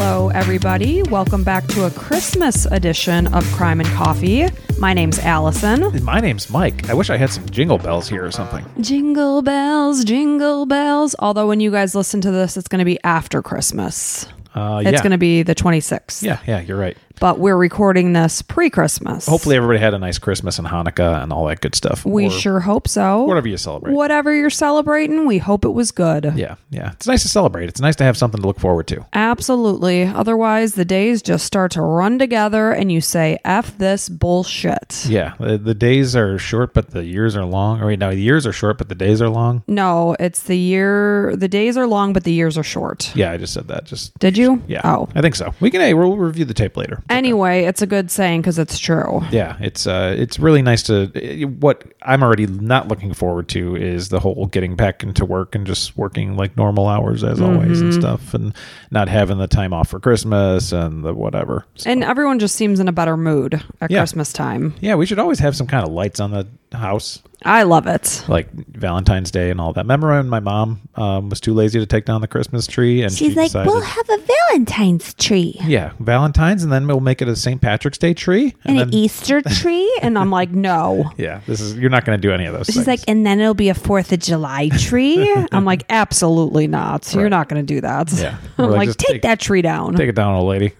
everybody. Welcome back to a Christmas edition of Crime and Coffee. My name's Allison. My name's Mike. I wish I had some jingle bells here or something. Jingle bells, jingle bells. Although, when you guys listen to this, it's going to be after Christmas. Uh, It's yeah. going to be the 26th. Yeah, yeah, you're right. But we're recording this pre Christmas. Hopefully, everybody had a nice Christmas and Hanukkah and all that good stuff. We Or sure hope so. Whatever you celebrate. Whatever you're celebrating, we hope it was good. Yeah, yeah. It's nice to celebrate. It's nice to have something to look forward to. Absolutely. Otherwise, the days just start to run together and you say, F this bullshit. Yeah, the, the days are short, but the years are long. Or wait, no, the years are short, but the days are long. No, it's the year, the days are long, but the years are short. Yeah, I just said that. Just Did you? yeah. Oh. I think so. We can. Hey, we'll review the tape later. Anyway, it's a good saying because it's true. yeah, it's uh, it's really nice to. eh, What I'm already not looking forward to is the whole getting back into work and just working like normal hours as always Mm-hmm. and stuff, and not having the time off for Christmas and the whatever. So, And everyone just seems in a better mood at Yeah. Christmas time. yeah, we should always have some kind of lights on the house, I love it. like Valentine's Day and all that. Remember when my mom um, was too lazy to take down the Christmas tree, and She's she like, decided, we'll have a Valentine's tree yeah, Valentine's, and then we'll make it a St. Patrick's Day tree, and, then an Easter tree. And I'm like, no. yeah, this is you're not going to do any of those. She's things. like, and then it'll be a Fourth of July tree. I'm like, absolutely not. You're not going to do that. Yeah. I'm We're like, like, just take, take- that tree down. Take it down, old lady.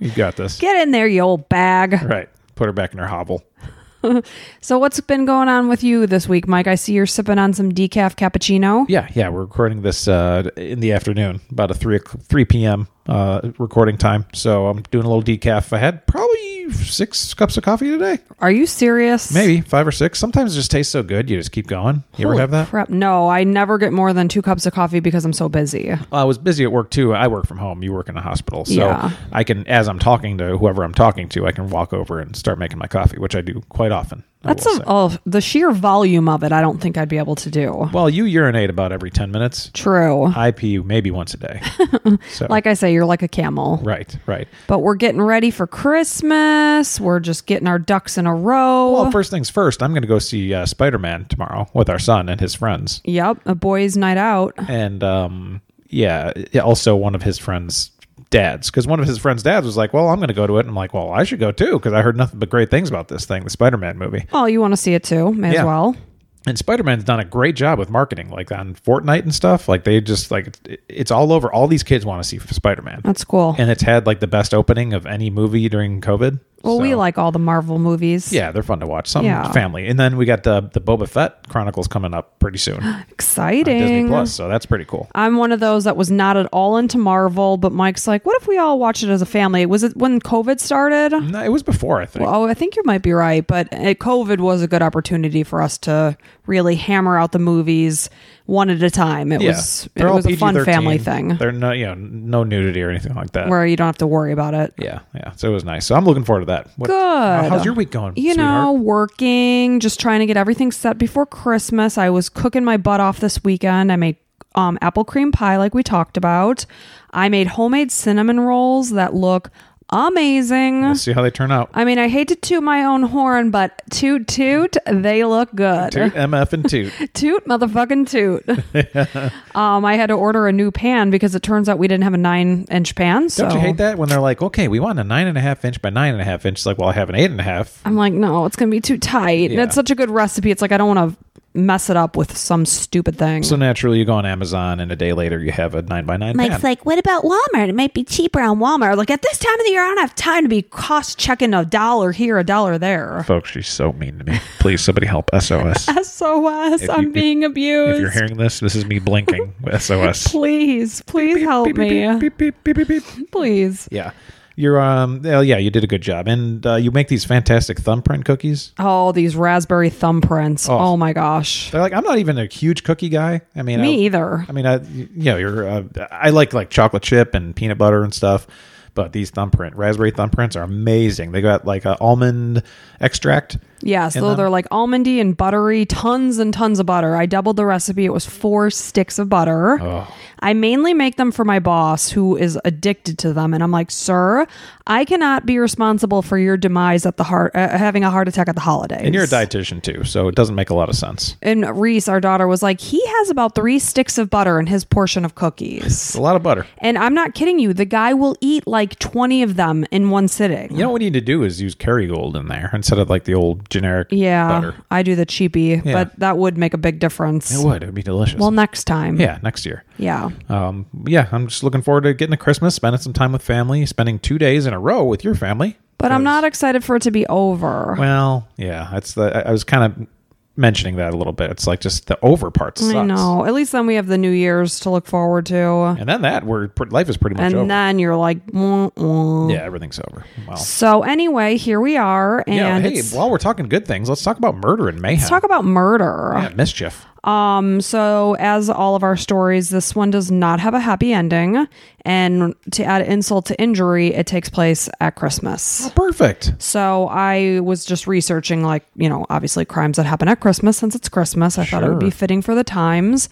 You got this. Get in there, you old bag. Right. Put her back in her hovel. So, what's been going on with you this week, Mike? I see you're sipping on some decaf cappuccino. Yeah, yeah. We're recording this uh, in the afternoon, about a three o'clock- three p.m. Uh, recording time. So I'm doing a little decaf. I had probably six cups of coffee today, Are you serious? maybe five or six. Sometimes it just tastes so good, you just keep going. You ever Holy have that? Crap. No, I never get more than two cups of coffee because I'm so busy. I was busy at work too. I work from home. You work in a hospital, so Yeah. I can, as I'm talking to whoever I'm talking to, I can walk over and start making my coffee, which I do quite often. I That's will a, say. oh, the sheer volume of it, I don't think I'd be able to do. well, you urinate about every ten minutes. True. I pee maybe once a day. So Like I say, you're like a camel. right, right. But we're getting ready for Christmas. We're just getting our ducks in a row. Oh, Well, first things first, I'm going to go see uh, Spider Man tomorrow with our son and his friends. yep, a boys' night out. And um, yeah, yeah, also one of his friends' dads. Because one of his friends' dads was like, Well, I'm going to go to it. And I'm like, Well, I should go too. Because I heard nothing but great things about this thing, the Spider Man movie. Oh, you want to see it too? May as Yeah. well. And Spider Man's done a great job with marketing, like on Fortnite and stuff. Like they just, like, it- it's all over. All these kids want to see Spider Man. That's cool. And it's had like the best opening of any movie during COVID. well, we So- like all the Marvel movies. Yeah, they're fun to watch. Some Yeah. family. And then we got the the Boba Fett Chronicles coming up pretty soon. Exciting. Disney Plus, so that's pretty cool. I'm one of those that was not at all into Marvel, but Mike's like, what if we all watch it as a family? Was it when COVID started? No, it was before, I think. Oh, I think you might be right, but uh, COVID was a good opportunity for us to really hammer out the movies one at a time. It yeah, was it They're all was a fun PG-13. family thing They're no, you know, no nudity or anything like that. where you don't have to worry about it. uh, yeah, yeah. So it was nice. So I'm looking forward to that. What, Good. How's your week going? You know, sweetheart? working, just trying to get everything set before Christmas. I was cooking my butt off this weekend. I made um, apple cream pie, like we talked about. I made homemade cinnamon rolls that look amazing. we'll see how they turn out. uh, I mean, I hate to toot my own horn, but toot toot, they look good. Toot MF and toot. Toot, motherfucking toot. um, I had to order a new pan because it turns out we didn't have a nine inch pan. So Don't you hate that when they're like, okay, we want a nine and a half inch by nine and a half inch? It's like, well, I have an eight and a half. I'm like, no, it's gonna be too tight. And Yeah. it's such a good recipe. It's like I don't want to mess it up with some stupid thing. So naturally, you go on Amazon, and a day later, you have a nine by nine. Mike's pan. like, what about Walmart? It might be cheaper on Walmart. Like at this time of the year, I don't have time to be Cost checking a dollar here, a dollar there. folks, she's so mean to me. Please, somebody help. SOS. SOS, If I'm you- if- being If you're abused. hearing this, this is me blinking. SOS. Please, please help Beep, me. beep, beep, beep, beep, beep, beep. Please. Yeah. You're um oh, yeah, you did a good job. And uh, you make these fantastic thumbprint cookies. Oh, these raspberry thumbprints. Oh, my gosh. They're like I'm not even a huge cookie guy. I mean, Me I, either. I mean, I you know, you're uh, I like like chocolate chip and peanut butter and stuff. But these thumbprint raspberry thumbprints are amazing. They got like a almond extract Yes, And though then- they're like almondy and buttery, tons and tons of butter. I doubled the recipe. It was four sticks of butter. I mainly make them for my boss who is addicted to them and I'm like, "Sir, I cannot be responsible for your demise at the heart uh, having a heart attack at the holidays." And you're a dietitian too, so it doesn't make a lot of sense. And Reese, our daughter, was like, "He has about 3 sticks of butter in his portion of cookies." It's a lot of butter. and I'm not kidding you, the guy will eat like 20 of them in one sitting. You know what we need to do is use Kerrygold in there instead of like the old generic Yeah, butter. I do the cheapy, Yeah. but that would make a big difference. It would. It would be delicious. Well, next time. yeah, next year. Yeah. Um, yeah, I'm just looking forward to getting to Christmas, spending some time with family, spending two days in a row with your family. But I'm not excited for it to be over. Well, yeah, that's the. I, I was kind of mentioning that a little bit. It's like just the over part sucks. I know. At least then we have the New Year's to look forward to. And, And then that we're pre- life is pretty much over. then you're like, wah, wah. yeah, everything's over. Wow. So anyway, here we are. And yeah. Hey, it's- while we're talking good things, let's talk about murder and mayhem. let's talk about murder. yeah, mischief. Um, so as all of our stories, this one does not have a happy ending. And to add insult to injury, it takes place at Christmas. Perfect. So I was just researching, like, you know, obviously crimes that happen at Christmas since it's Christmas. I thought it would be Sure. fitting for the times.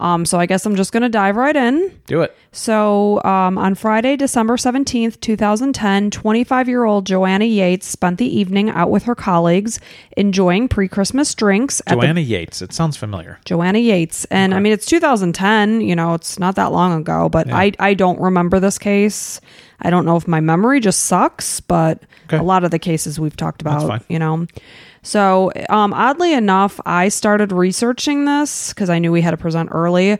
Um, so I guess I'm just going to dive right in. Do it. So um, on Friday, December 17th, 2010, 25 year old Joanna Yates spent the evening out with her colleagues enjoying pre Christmas drinks at the Joanna Yates. It sounds familiar. Joanna Yates. And I mean, it's 2010, you know, it's not that long ago, but I, I don't remember this case. I don't know if my memory just sucks, but Okay. a lot of the cases we've talked fine. about, you know. So, um, oddly enough, I started researching this because I knew we had to present early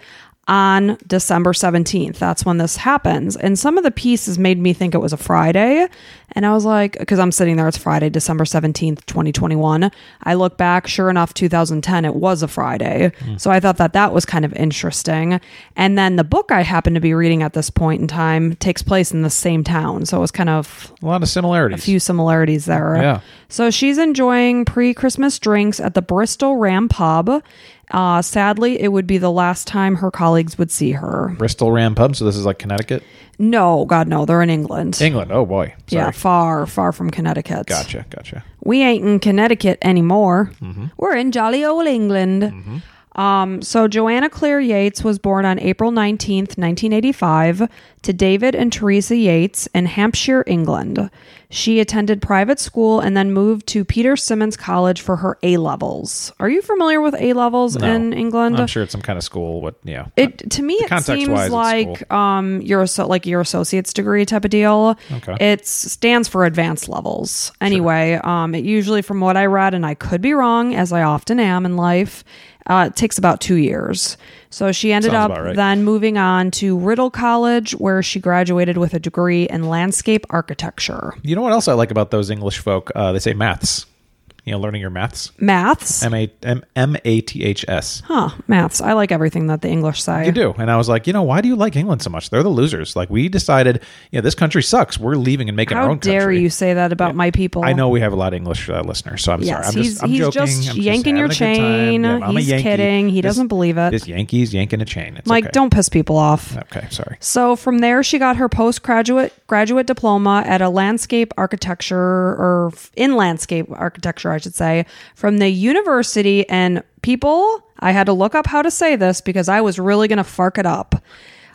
on December 17th. That's when this happens. And some of the pieces made me think it was a Friday. And I was like, because I'm sitting there, it's Friday, December 17th, 2021. I look back, sure enough, 2010, it was a Friday. So I thought that that was kind of interesting. And then the book I happened to be reading at this point in time takes place in the same town. So it was kind of A lot of similarities. few similarities there. Yeah. So she's enjoying pre Christmas drinks at the Bristol Ram Pub. Uh, sadly, it would be the last time her colleagues would see her. Bristol Ram Pub. So this is like Connecticut, No, God, no, they're in England. England. Oh boy. Sorry. Yeah, far, far from Connecticut. Gotcha. Gotcha. We ain't in Connecticut anymore. Mm-hmm. We're in jolly old England. Um, so Joanna Claire Yates was born on April 19th, 1985, to David and Teresa Yates in Hampshire, England. She attended private school and then moved to Peter Simmons College for her A levels. Are you familiar with A levels No. in England? I'm sure it's some kind of school. What? Yeah. It to me it Uh, context-wise, seems it's like um your so like your associate's degree type of deal. Okay. It stands for advanced levels. Anyway, um it usually from what I read and I could be wrong as I often am in life, uh it takes about 2 years. So she ended up Sounds about right. then moving on to Riddle College where she graduated with a degree in landscape architecture. you know what else I like about those English folk? Uh, they say maths. You know, learning your maths. Maths? M A M M A T H S. huh, maths. I like everything that the English say. You do. And I was like, you know, why do you like England so much? They're the losers. Like we decided, you know, this country sucks. We're leaving and making How our own dare country. you say that about my people? I know we have a lot of English uh, listeners, so I'm Yes, sorry. I'm he's- just, I'm he's joking. just I'm yanking your having a good chain. time. I'm a He's Yankee. kidding. He This- doesn't believe it. This Yankees yanking a chain. It's Mike, okay. don't piss people off. Okay, sorry. So from there, she got her postgraduate graduate diploma at a landscape architecture or f- in landscape architecture, I should say, from the university. And people, I had to look up how to say this because I was really gonna fark it up.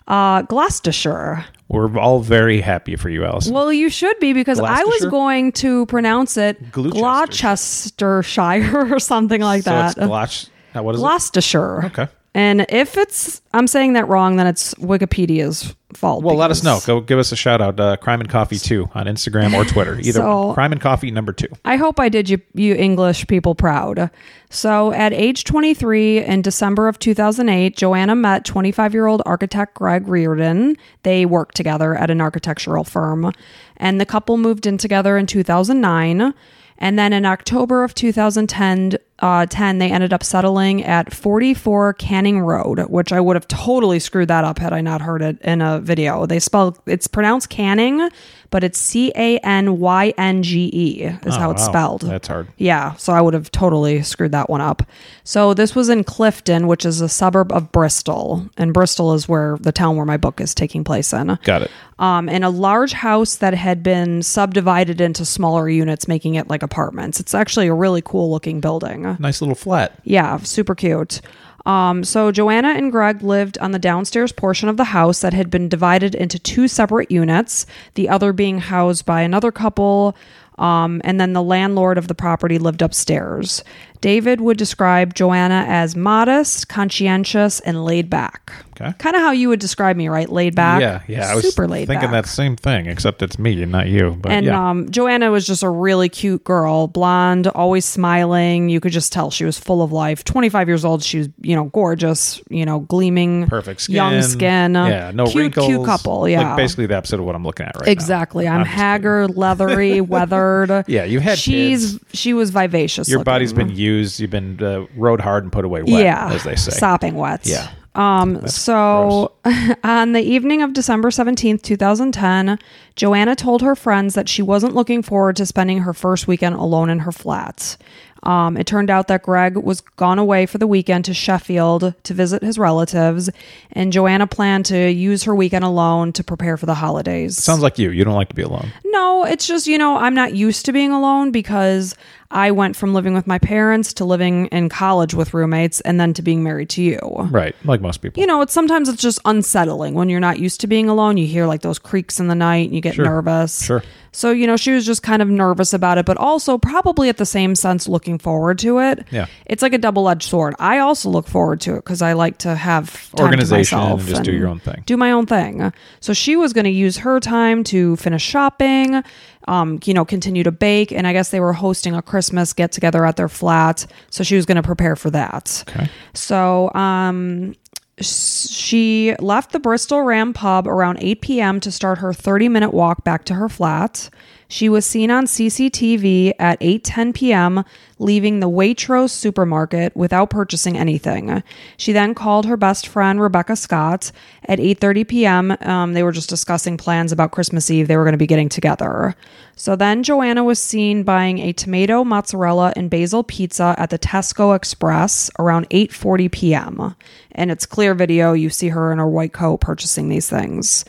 Uh, Gloucestershire. We're all very happy for you, Allison. Well, you should be because I was Gloucestershire? going to pronounce it Gloucestershire or something like so that. it's Glotch. uh, What is Gloucestershire. Okay. And if it's I'm saying that wrong, then it's Wikipedia's fault. it? Well, let us know. because Go give us a shout out. Uh, Crime and Coffee 2 on Instagram or Twitter. Either So- one. Crime and Coffee number 2. I hope I did you you English people proud. So at age 23 in December of 2008, Joanna met 25-year-old architect Greg Reardon. They worked together at an architectural firm and the couple moved in together in 2009. And then in October of 2010, uh, 10, they ended up settling at 44 Canning Road, which I would have totally screwed that up had I not heard it in a video. They spell it's pronounced Canning, but it's C A N Y N G E is how it's wow. spelled. That's hard. Yeah, so I would have totally screwed that one up. So this was in Clifton, which is a suburb of Bristol, and Bristol is where the town where my book is taking place in. Got it. Um, in a large house that had been subdivided into smaller units, making it like apartments. It's actually a really cool looking building. Nice little flat. Yeah, super cute. Um, so Joanna and Greg lived on the downstairs portion of the house that had been divided into two separate units, the other being housed by another couple. Um, and then the landlord of the property lived upstairs. David would describe Joanna as modest, conscientious, and laid back. Okay. Kind of how you would describe me, right? Laid back. Yeah, yeah. I was super laid thinking back. that same thing, except it's me and not you. But And yeah, um, Joanna was just a really cute girl, blonde, always smiling. You could just tell she was full of life. 25 years old, she was, you know, gorgeous, you know, gleaming, perfect skin. young skin. uh, Yeah, no cute, wrinkles. Cute couple, yeah. Like basically the opposite of what I'm looking at right exactly. now. I'm, just kidding. haggard, leathery, weathered. Yeah, you've had She's she was vivacious. Your looking. body's been used. You've been uh, rode hard and put away wet, yeah, as they say. sopping wet. Yeah. Um, so on the evening of December 17th, 2010, Joanna told her friends that she wasn't looking forward to spending her first weekend alone in her flat. Um, it turned out that Greg was gone away for the weekend to Sheffield to visit his relatives, and Joanna planned to use her weekend alone to prepare for the holidays. Sounds like you. You don't like to be alone. No, it's just, you know, I'm not used to being alone because I went from living with my parents to living in college with roommates and then to being married to you. Right. Like most people. You know, it's sometimes it's just unsettling when you're not used to being alone. You hear like those creaks in the night and you get nervous. Sure. So, you know, she was just kind of nervous about it, but also probably at the same sense looking forward to it. Yeah. It's like a double edged sword. I also look forward to it because I like to have time to Organization and myself just do your own thing. do my own thing. So she was going to use her time to finish shopping, um, you know, continue to bake, and I guess they were hosting a Christmas get together at their flat. So she was going to prepare for that. Okay. So um, s- she left the Bristol Ram pub around 8 p.m. to start her 30 minute walk back to her flat. She was seen on CCTV at 8:10 p.m. leaving the Waitrose supermarket without purchasing anything. She then called her best friend Rebecca Scott at 8:30 p.m. Um, they were just discussing plans about Christmas Eve. They were going to be getting together. So then Joanna was seen buying a tomato mozzarella and basil pizza at the Tesco Express around 8:40 p.m. And it's clear video. You see her in her white coat purchasing these things.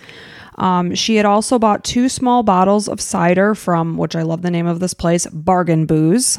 Um, she had also bought two small bottles of cider from, which I love the name of this place, Bargain Booze.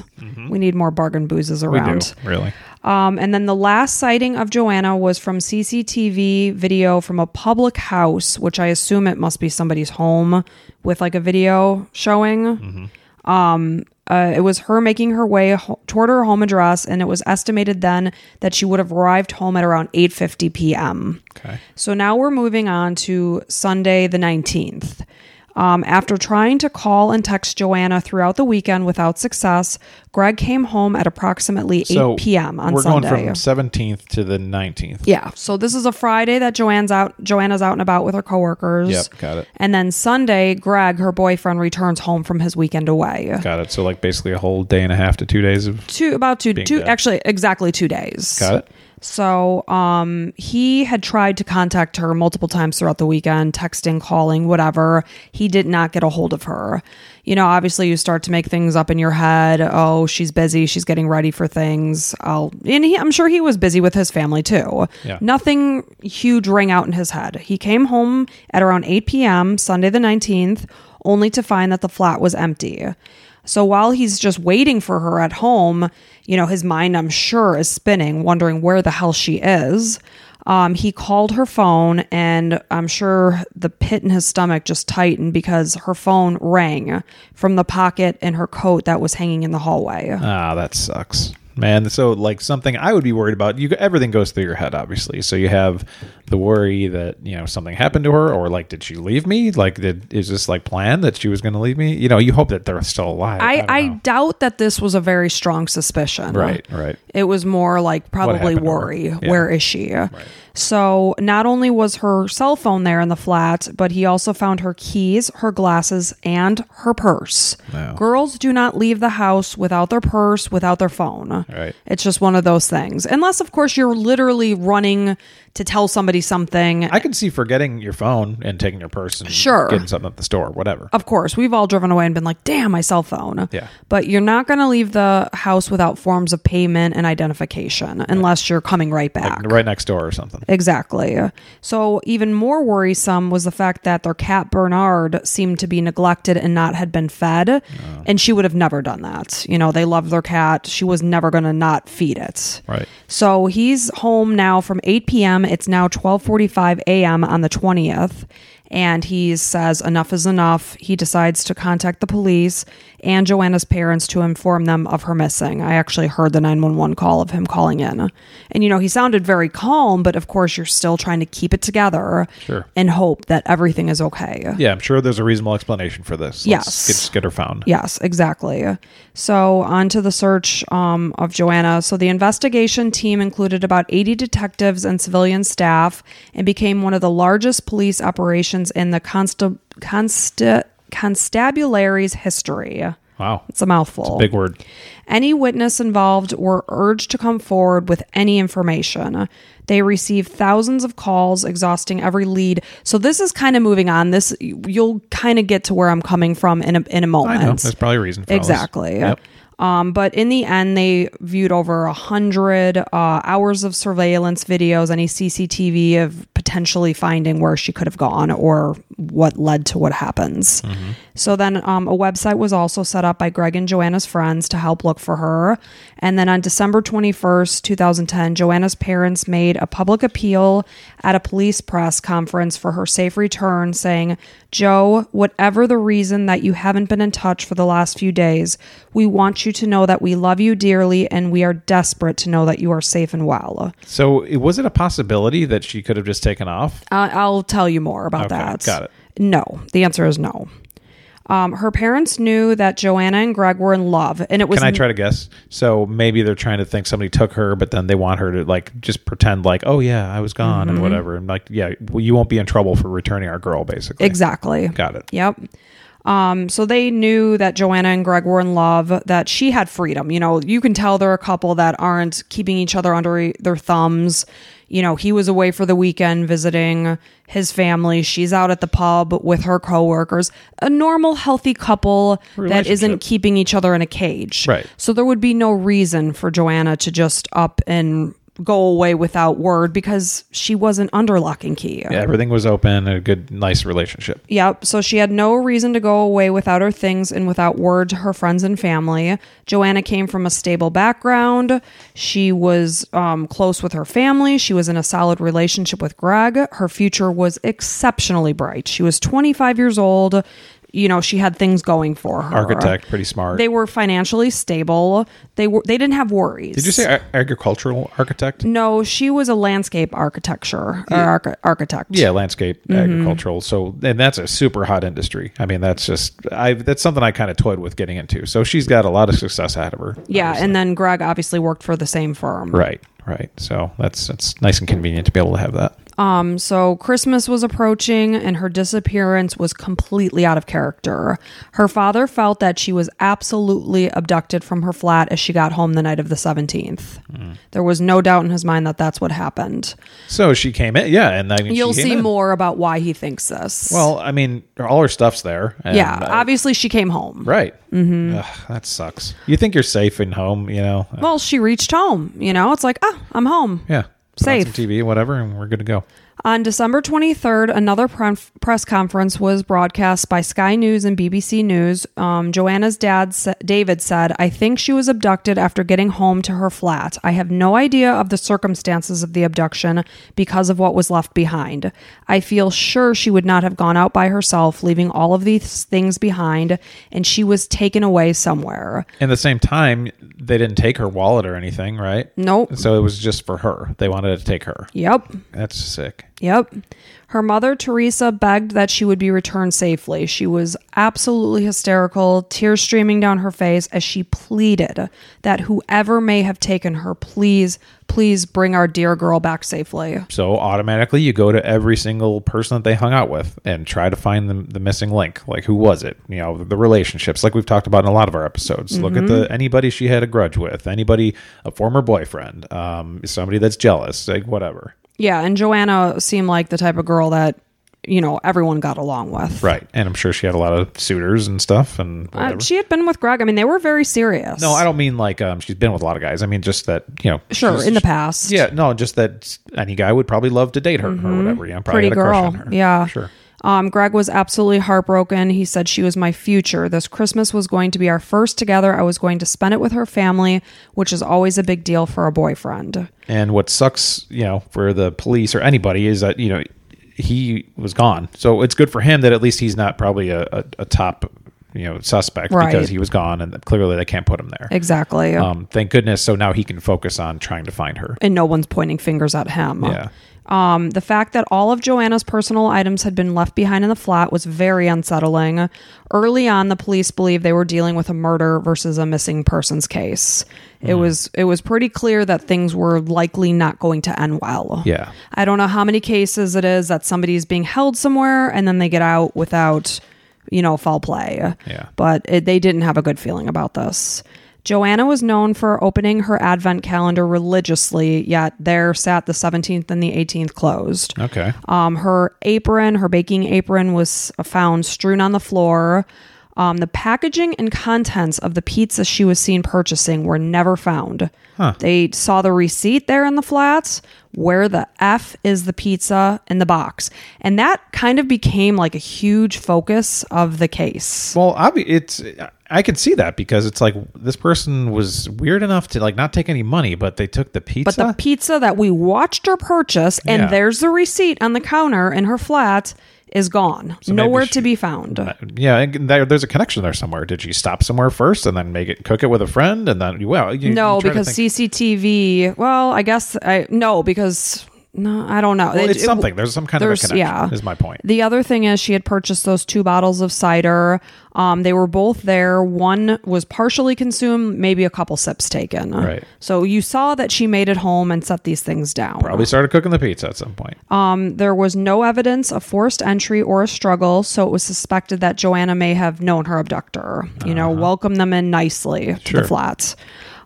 We need more bargain boozes Mm-hmm. We around. do. Really. Um, and then the last sighting of Joanna was from CCTV video from a public house, which I assume it must be somebody's home with like a video showing. Um, uh, it was her making her way ho- toward her home address, and it was estimated then that she would have arrived home at around 8:50 p.m. Okay. So now we're moving on to Sunday, the 19th. Um, after trying to call and text Joanna throughout the weekend without success, Greg came home at approximately 8 So p.m. on we're Sunday. going from 17th to the 19th. yeah, so this is a Friday that Joanne's out. Joanna's out and about with her coworkers. Yep, got it. And then Sunday, Greg, her boyfriend, returns home from his weekend away. Got it. So like basically a whole day and a half to two days of. Two about two two dead. actually exactly two days. Got it. So um, he had tried to contact her multiple times throughout the weekend, texting, calling, whatever. He did not get a hold of her. You know, obviously, you start to make things up in your head. Oh, she's busy. She's getting ready for things. I'll, and he, I'm sure he was busy with his family too. Yeah. Nothing huge rang out in his head. He came home at around 8 p.m., Sunday the 19th, only to find that the flat was empty. So while he's just waiting for her at home, you know, his mind, I'm sure, is spinning, wondering where the hell she is. Um, he called her phone, and I'm sure the pit in his stomach just tightened because her phone rang from the pocket in her coat that was hanging in the hallway. Ah, that sucks. Man, so like something I would be worried about. You everything goes through your head, obviously. So you have the worry that you know something happened to her, or like, did she leave me? Like, did is this like planned that she was going to leave me? You know, you hope that they're still alive. I, don't I, know. doubt that this was a very strong suspicion. right, right. It was more like probably happened to her? worry. Yeah. Where is she? So not only was her cell phone there in the flat, but he also found her keys, her glasses, and her purse. Wow. Girls do not leave the house without their purse, without their phone. Right. It's just one of those things. Unless, of course, you're literally running to tell somebody something. I can see forgetting your phone and taking your purse and Sure. Oh, getting something at the store, whatever. of course, we've all driven away and been like, damn, my cell phone. Yeah. But you're not going to leave the house without forms of payment and identification unless you're coming right back. right next door or something. Eh. Exactly. So, even more worrisome was the fact that their cat Bernard seemed to be neglected and not had been fed. And she would have never done that. You know, they love their cat. She was never going to not feed it. Right. So he's home now from 8 p.m. It's now 12:45 a.m. on the 20th, and he says enough is enough. He decides to contact the police and Joanna's parents to inform them of her missing. I actually heard the 911 call of him calling in, and you know he sounded very calm, but of course you're still trying to keep it together Sure. and hope that everything is okay. Yeah, I'm sure there's a reasonable explanation for this. Let's Yes. get, just get her found. Yes, exactly. So, on to the search um, of Joanna. So, the investigation team included about 80 detectives and civilian staff and became one of the largest police operations in the consta- consta- constabulary's history. Wow. It's a mouthful. Big word. Any witness involved were urged to come forward with any information. They received thousands of calls, exhausting every lead. So this is kind of moving on. This you'll kind of get to where I'm coming from in a in a I moment. know. There's probably a reason for all this. Exactly. Yep. Um, but in the end, they viewed over a hundred uh, hours of surveillance videos, any CCTV of potentially finding where she could have gone or what led to what happens. So then, um, a website was also set up by Greg and Joanna's friends to help look for her. And then on December twenty first, two thousand ten, Joanna's parents made a public appeal at a police press conference for her safe return, saying, "Joe, whatever the reason that you haven't been in touch for the last few days, we want you to know that we love you dearly and we are desperate to know that you are safe and well." So, it- was it a possibility that she could have just taken off? I- Uh, I'll tell you more about Okay, that. got it. No, the answer is no. Um, her parents knew that Joanna and Greg were in love, and it was Can I try to guess? So, maybe they're trying to think somebody took her, but then they want her to like just pretend like, "Oh yeah, I was gone" Mm-hmm. and whatever. And like, yeah, well, you won't be in trouble for returning our girl basically. exactly Got it. Yep. Um, so they knew that Joanna and Greg were in love, that she had freedom. You know, you can tell they're a couple that aren't keeping each other under e- their thumbs. You know, he was away for the weekend visiting his family. She's out at the pub with her coworkers. A normal, healthy couple that isn't Relationship. keeping each other in a cage. Right. So there would be no reason for Joanna to just up and go away without word because she wasn't under lock and key. Yeah, everything was open, a good nice relationship. Yep. So she had no reason to go away without her things and without word to her friends and family. Joanna came from a stable background. She was um, close with her family. She was in a solid relationship with Greg. Her future was exceptionally bright. She was 25 years old. You know, she had things going for her. Architect, pretty smart. They were financially stable. They were. They didn't have worries. Did you say ar- agricultural architect? No, she was a landscape architecture or arch- architect. Yeah, landscape, Mm-hmm. agricultural. So, and that's a super hot industry. I mean, that's just I. That's something I kind of toyed with getting into. So she's got a lot of success out of her. Yeah, and then Greg obviously worked for the same firm. Right. Right. So that's that's nice and convenient to be able to have that. Um, so Christmas was approaching and her disappearance was completely out of character. Her father felt that she was absolutely abducted from her flat as she got home the night of the 17th. There was no doubt in his mind that that's what happened. So she came in. Yeah, and I mean, she You'll came see in. more about why he thinks this. Well, I mean, all her stuff's there. and yeah, I- obviously she came home. right. Mm-hmm. that sucks. You think you're safe in home, you know? Well, she reached home, you know, it's like, oh, I'm home. yeah. Put on safe. some TV, whatever, and we're good to go. On December 23rd, another pre- press conference was broadcast by Sky News and BBC News. Um, Joanna's dad, sa- David, said, I think she was abducted after getting home to her flat. I have no idea of the circumstances of the abduction because of what was left behind. I feel sure she would not have gone out by herself, leaving all of these things behind, and she was taken away somewhere. And the same time, they didn't take her wallet or anything, right? Nope. So it was just for her. They wanted to take her. Yep. That's sick. Yep. Her mother, Teresa, begged that she would be returned safely. She was absolutely hysterical, tears streaming down her face as she pleaded that whoever may have taken her, please, please bring our dear girl back safely. So automatically, you go to every single person that they hung out with and try to find the, the missing link. Like, who was it? You know, the relationships, like we've talked about in a lot of our episodes. Look at Mm-hmm. the anybody she had a grudge with, anybody, a former boyfriend, um, somebody that's jealous, like whatever. Yeah, and Joanna seemed like the type of girl that, you know, everyone got along with. Right. And I'm sure she had a lot of suitors and stuff and Uh, whatever. she had been with Greg. I mean, they were very serious. no, I don't mean like um, she's been with a lot of guys. I mean, just that, you know. Sure, she's- in the past. Yeah, no, just that any guy would probably love to date her or whatever. Yeah, Mm-hmm. Pretty probably had a crush girl. on her. Yeah. Sure. Um, Greg was absolutely heartbroken. He said she was my future. This Christmas was going to be our first together. I was going to spend it with her family, which is always a big deal for a boyfriend. And what sucks, you know, for the police or anybody is that, you know, he was gone. So it's good for him that at least he's not probably a, a, a top, you know, suspect Right. because he was gone and clearly they can't put him there. Exactly. Um, thank goodness. So now he can focus on trying to find her. and no one's pointing fingers at him. Yeah. Um, the fact that all of Joanna's personal items had been left behind in the flat was very unsettling. Early on, the police believed they were dealing with a murder versus a missing persons case. It Hmm. was it was pretty clear that things were likely not going to end well. Yeah. I don't know how many cases it is that somebody's being held somewhere and then they get out without, you know, foul play. Yeah. But it, they didn't have a good feeling about this. Joanna was known for opening her advent calendar religiously, yet there sat the 17th and the 18th closed. Okay. Um, her apron, her baking apron, was found strewn on the floor. Um, the packaging and contents of the pizza she was seen purchasing were never found. They saw the receipt there in the flats. Where the F is the pizza in the box? And that kind of became like a huge focus of the case. Well, obvi- it's I can see that because it's like this person was weird enough to like not take any money, but they took the pizza. But the pizza that we watched her purchase, and Yeah. there's the receipt on the counter in her flat, is gone. maybe Nowhere she- to be found. yeah, and there, there's a connection there somewhere. Did you stop somewhere first and then make it cook it with a friend and then well, you, No, you try to because think- CCTV. Well, I guess I no because no, I don't know. well, It- it's it- something. There's some kind of a there's- connection. yeah. is my point. The other thing is she had purchased those two bottles of cider. Um, they were both there. One was partially consumed, maybe a couple sips taken. Right. So you saw that she made it home and set these things down. Probably started cooking the pizza at some point. Um, there was no evidence of forced entry or a struggle, so it was suspected that Joanna may have known her abductor. You know, welcome them in nicely to Sure. the flats.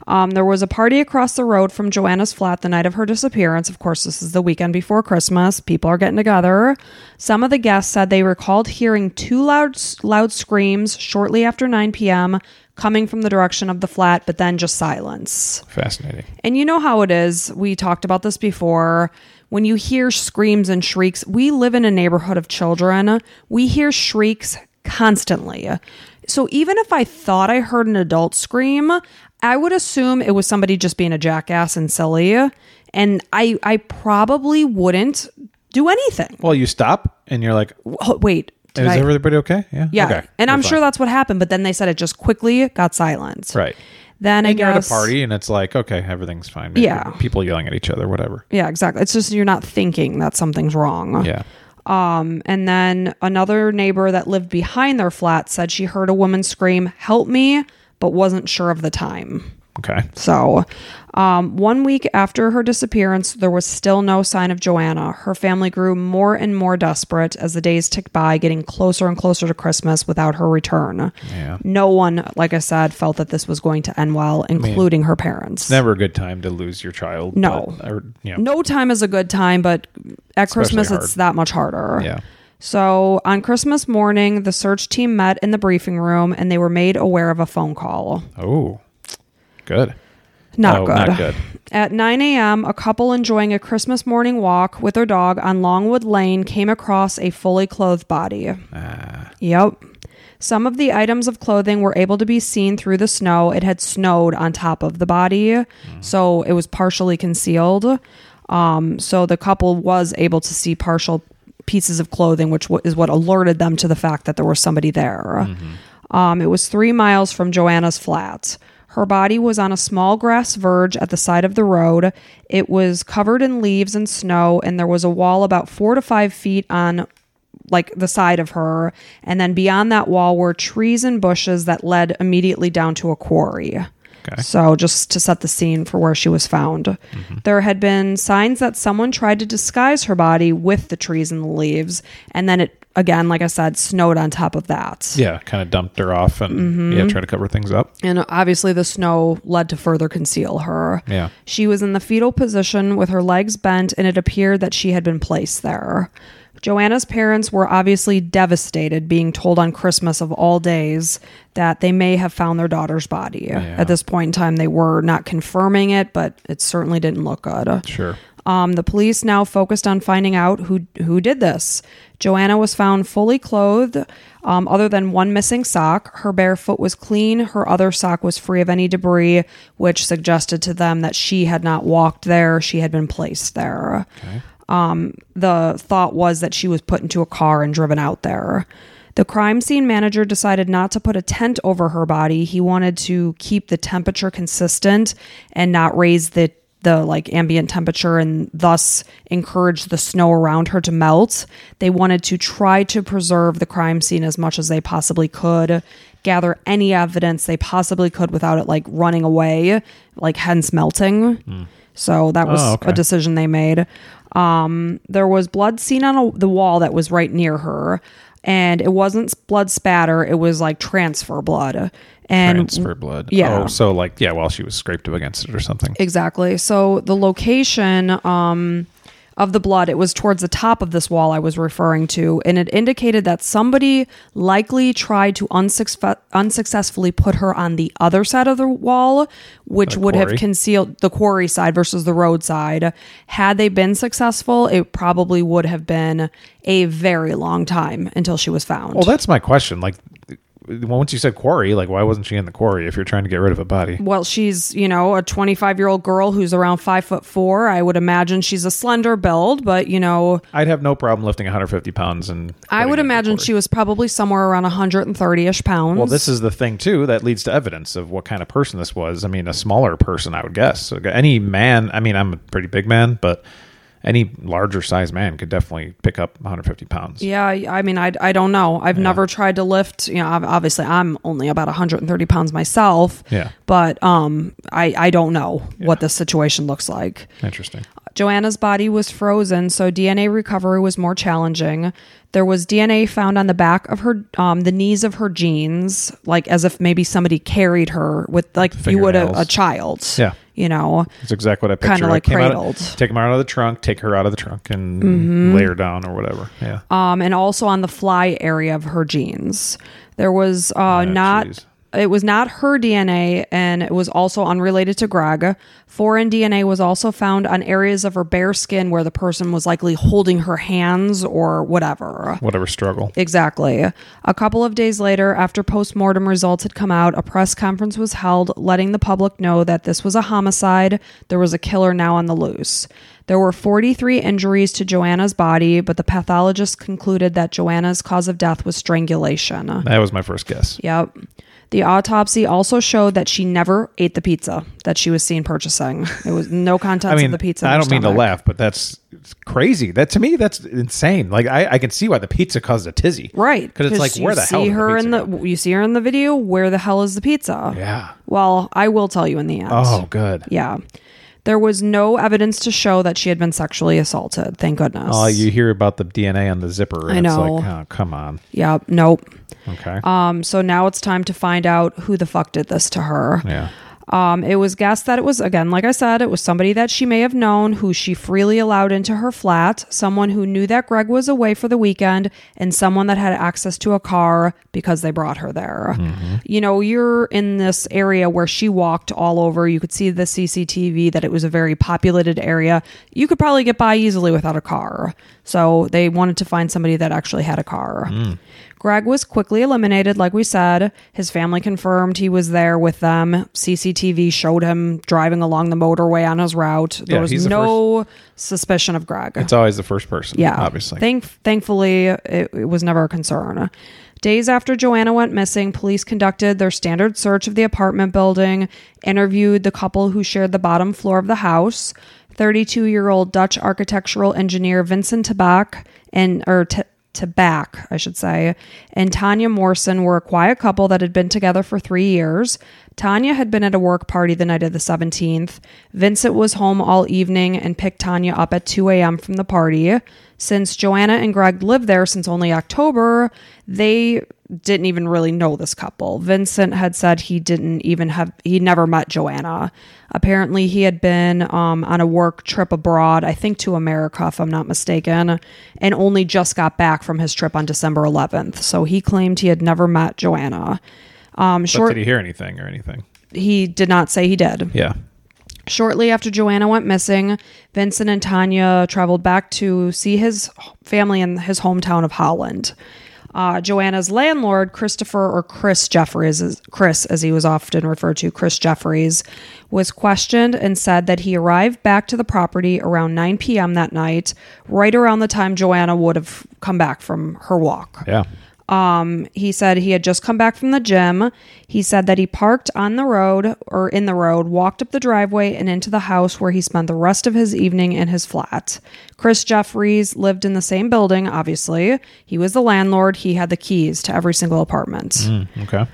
Um, there was a party across the road from Joanna's flat the night of her disappearance. Of course, this is the weekend before Christmas. People are getting together. Some of the guests said they recalled hearing two loud, loud screams shortly after 9 p.m. coming from the direction of the flat, but then just silence. Fascinating. And you know how it is. We talked about this before. When you hear screams and shrieks, we live in a neighborhood of children. We hear shrieks constantly. So even if I thought I heard an adult scream, I would assume it was somebody just being a jackass and silly. And I, I probably wouldn't do anything. Well, you stop and you're like, Wh- Wait. did is I- everybody okay? Yeah. yeah. Okay. And We're I'm fine. sure that's what happened. But then they said it just quickly got silenced. right. Then I And you're at guess a party and it's like, okay, everything's fine. Maybe Yeah. People yelling at each other, whatever. Yeah, exactly. It's just you're not thinking that something's wrong. Yeah. Um, and then another neighbor that lived behind their flat said she heard a woman scream, Help me, but wasn't sure of the time. Okay. So, um, one week after her disappearance, there was still no sign of Joanna. Her family grew more and more desperate as the days ticked by, getting closer and closer to Christmas without her return. Yeah. No one, like I said, felt that this was going to end well, including her parents. Never a good time to lose your child. No. but- or, you know, no time is a good time, but at Christmas hard. it's that much harder. Yeah. So on Christmas morning, the search team met in the briefing room and they were made aware of a phone call. Oh, good. Not Oh, good. not good. At 9 a.m., a couple enjoying a Christmas morning walk with their dog on Longwood Lane came across a fully clothed body. Ah. Yep. Some of the items of clothing were able to be seen through the snow. It had snowed on top of the body, Hmm. so it was partially concealed. Um, so the couple was able to see partial pieces of clothing, which w- is what alerted them to the fact that there was somebody there. Um, it was three miles from Joanna's flat. Her body was on a small grass verge at the side of the road. It was covered in leaves and snow, and there was a wall about four to five feet on like the side of her. And then beyond that wall were trees and bushes that led immediately down to a quarry. Okay. Mm-hmm. So, just to set the scene for where she was found, there had been signs that someone tried to disguise her body with the trees and the leaves. And then it, again, like I said, snowed on top of that. Yeah, kind of dumped her off and Mm-hmm. yeah, try to cover things up. And obviously, the snow led to further conceal her. Yeah. She was in the fetal position with her legs bent, and it appeared that she had been placed there. Joanna's parents were obviously devastated being told on Christmas of all days that they may have found their daughter's body. At this point in time, they were not confirming it, but it certainly didn't look good. Sure. Um, the police now focused on finding out who who did this. Joanna was found fully clothed, um, other than one missing sock. Her bare foot was clean. Her other sock was free of any debris, which suggested to them that she had not walked there. She had been placed there. Um, the thought was that she was put into a car and driven out there. The crime scene manager decided not to put a tent over her body. He wanted to keep the temperature consistent and not raise the the like ambient temperature and thus encourage the snow around her to melt. They wanted to try to preserve the crime scene as much as they possibly could, gather any evidence they possibly could without it like running away, like hence melting. So that was Hmm. Oh, a okay. decision they made. Um, there was blood seen on a, the wall that was right near her, and it wasn't blood spatter; it was like transfer blood. And Transfer blood. yeah. Oh, so like yeah, while she was scraped up against it or something. Exactly. So the location um, of the blood, it was towards the top of this wall I was referring to, and it indicated that somebody likely tried to unsuccess- unsuccessfully put her on the other side of the wall, which The would have quarry? concealed the quarry side versus the roadside. Had they been successful, it probably would have been a very long time until she was found. Well, that's my question. Like, once you said quarry, like why wasn't she in the quarry if you're trying to get rid of a body? Well, she's, you know, a 25 year old girl who's around five foot four. I would imagine she's a slender build, but, you know, I'd have no problem lifting 150 pounds and. I putting would it in the imagine quarry. she was probably somewhere around 130 ish pounds. Well, this is the thing too that leads to evidence of what kind of person this was. I mean, a smaller person, I would guess. So any man, I mean, I'm a pretty big man, but any larger size man could definitely pick up 150 pounds. Yeah, I mean, I, I don't know. I've never tried to lift. You know, ob- obviously, I'm only about 130 pounds myself. Yeah. But um, I, I don't know what this situation looks like. Interesting. Joanna's body was frozen, so DNA recovery was more challenging. There was DNA found on the back of her, um, the knees of her jeans, like as if maybe somebody carried her with, like you would a, Fingernails. a child. Yeah. You know, That's exactly what I Kinda pictured. I like came out- cradled. Mm-hmm. take him out of the trunk, take her out of the trunk, and lay her down or whatever. Yeah. um, and also on the fly area of her jeans. There was uh, not. Ah, jeez. It was not her DNA, and it was also unrelated to Greg. Foreign DNA was also found on areas of her bare skin where the person was likely holding her hands or whatever. whatever struggle. Exactly. A couple of days later, after postmortem results had come out, a press conference was held letting the public know that this was a homicide. There was a killer now on the loose. There were 43 injuries to Joanna's body, but the pathologist concluded that Joanna's cause of death was strangulation. That was my first guess. Yep. The autopsy also showed that she never ate the pizza that she was seen purchasing. It was no contents I mean, of the pizza. in I her don't mean to stomach. laugh, but that's it's crazy. That to me, that's insane. Like I, I can see why the pizza caused a tizzy. Right, Because it's like you where the see hell did her in pizza the you see her in the video. Where the hell is the pizza? Yeah. Well, I will tell you in the end. go? Oh, good. Yeah. There was no evidence to show that she had been sexually assaulted. Thank goodness. Oh, you hear about the DNA on the zipper. and I It's know. like, oh, come on. Yep. Nope. Okay. Um. So now it's time to find out who the fuck did this to her. yeah. Um, it was guessed that it was, again, like I said, it was somebody that she may have known who she freely allowed into her flat, someone who knew that Greg was away for the weekend, and someone that had access to a car because they brought her there. You know, you're in this area where she walked all over. You could see the CCTV that it was a very populated area. You could probably get by easily without a car. So they wanted to find somebody that actually had a car. Greg was quickly eliminated, like we said. His family confirmed he was there with them. CCTV showed him driving along the motorway on his route. There Yeah, he's was the no suspicion of Greg. It's always the first person. yeah, Obviously. Thank- thankfully, it, it was never a concern. Days after Joanna went missing, police conducted their standard search of the apartment building, interviewed the couple who shared the bottom floor of the house. 32 year old Dutch architectural engineer Vincent Tabak and or T- to back, I should say, and Tanya Morrison were a quiet couple that had been together for three years. Tanya had been at a work party the night of the 17th. Vincent was home all evening and picked Tanya up at 2 a.m. from the party. Since Joanna and Greg lived there since only October, they didn't even really know this couple. Vincent had said he didn't even have, he never met Joanna. Apparently, he had been um, on a work trip abroad, I think to America, if I'm not mistaken, and only just got back from his trip on December 11th. So he claimed he had never met Joanna. Um, But short, did he hear anything or anything? he did not say he did. Yeah. Shortly after Joanna went missing, Vincent and Tanya traveled back to see his family in his hometown of Holland. Uh, Joanna's landlord, Christopher or Chris Jeffries, Chris as he was often referred to, Chris Jeffries, was questioned and said that he arrived back to the property around 9 p.m. that night, right around the time Joanna would have come back from her walk. Yeah. Um, he said he had just come back from the gym. He said that he parked on the road or in the road, walked up the driveway and into the house where he spent the rest of his evening in his flat. Chris Jeffries lived in the same building, obviously. He was the landlord, he had the keys to every single apartment Hmm, Okay.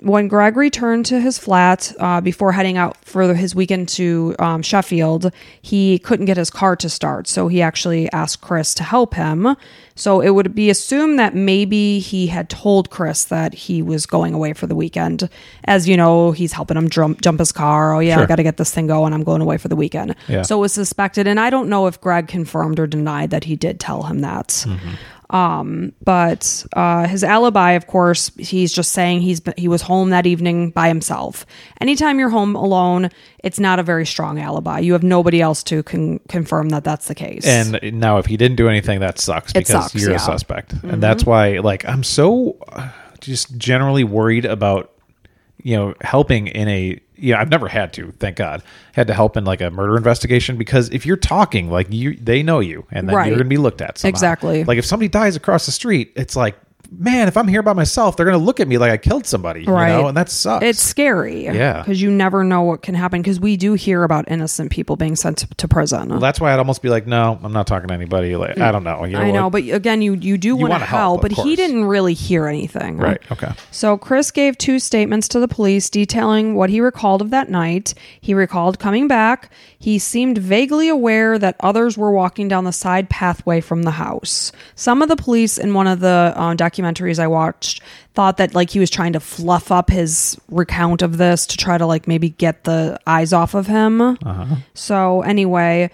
when Greg returned to his flat uh, before heading out for his weekend to um, Sheffield, he couldn't get his car to start. So he actually asked Chris to help him. So it would be assumed that maybe he had told Chris that he was going away for the weekend. As you know, he's helping him jump, jump his car. Oh, yeah, I Sure. got to get this thing going. I'm going away for the weekend. Yeah. So it was suspected. And I don't know if Greg confirmed or denied that he did tell him that. Hmm. Um, but uh, his alibi, of course, he's just saying he's been, he was home that evening by himself. Anytime you're home alone, it's not a very strong alibi. You have nobody else to con- confirm that that's the case. And now, if he didn't do anything, that sucks because sucks, you're yeah. Mm-hmm. a suspect, and that's why, like, I'm so uh, just generally worried about you know helping in a you know I've never had to, thank God, had to help in like a murder investigation because if you're talking, like you, they know you, and then Right. you're gonna be looked at. Somehow. Exactly. Like if somebody dies across the street, it's like. Man, if I'm here by myself, they're gonna look at me like I killed somebody, Right. you know, and that sucks. it's scary. Yeah. Because you never know what can happen. Because we do hear about innocent people being sent to, to prison. Well, that's why I'd almost be like, no, I'm not talking to anybody. Like, I don't know. You Mm. I know, like- but again, you, you do want to wanna help, help, of but he course. didn't really hear anything. right? Okay. So Chris gave two statements to the police detailing what he recalled of that night. He recalled coming back. He seemed vaguely aware that others were walking down the side pathway from the house. Some of the police in one of the uh, documentaries I watched thought that like he was trying to fluff up his recount of this to try to like maybe get the eyes off of him. So anyway,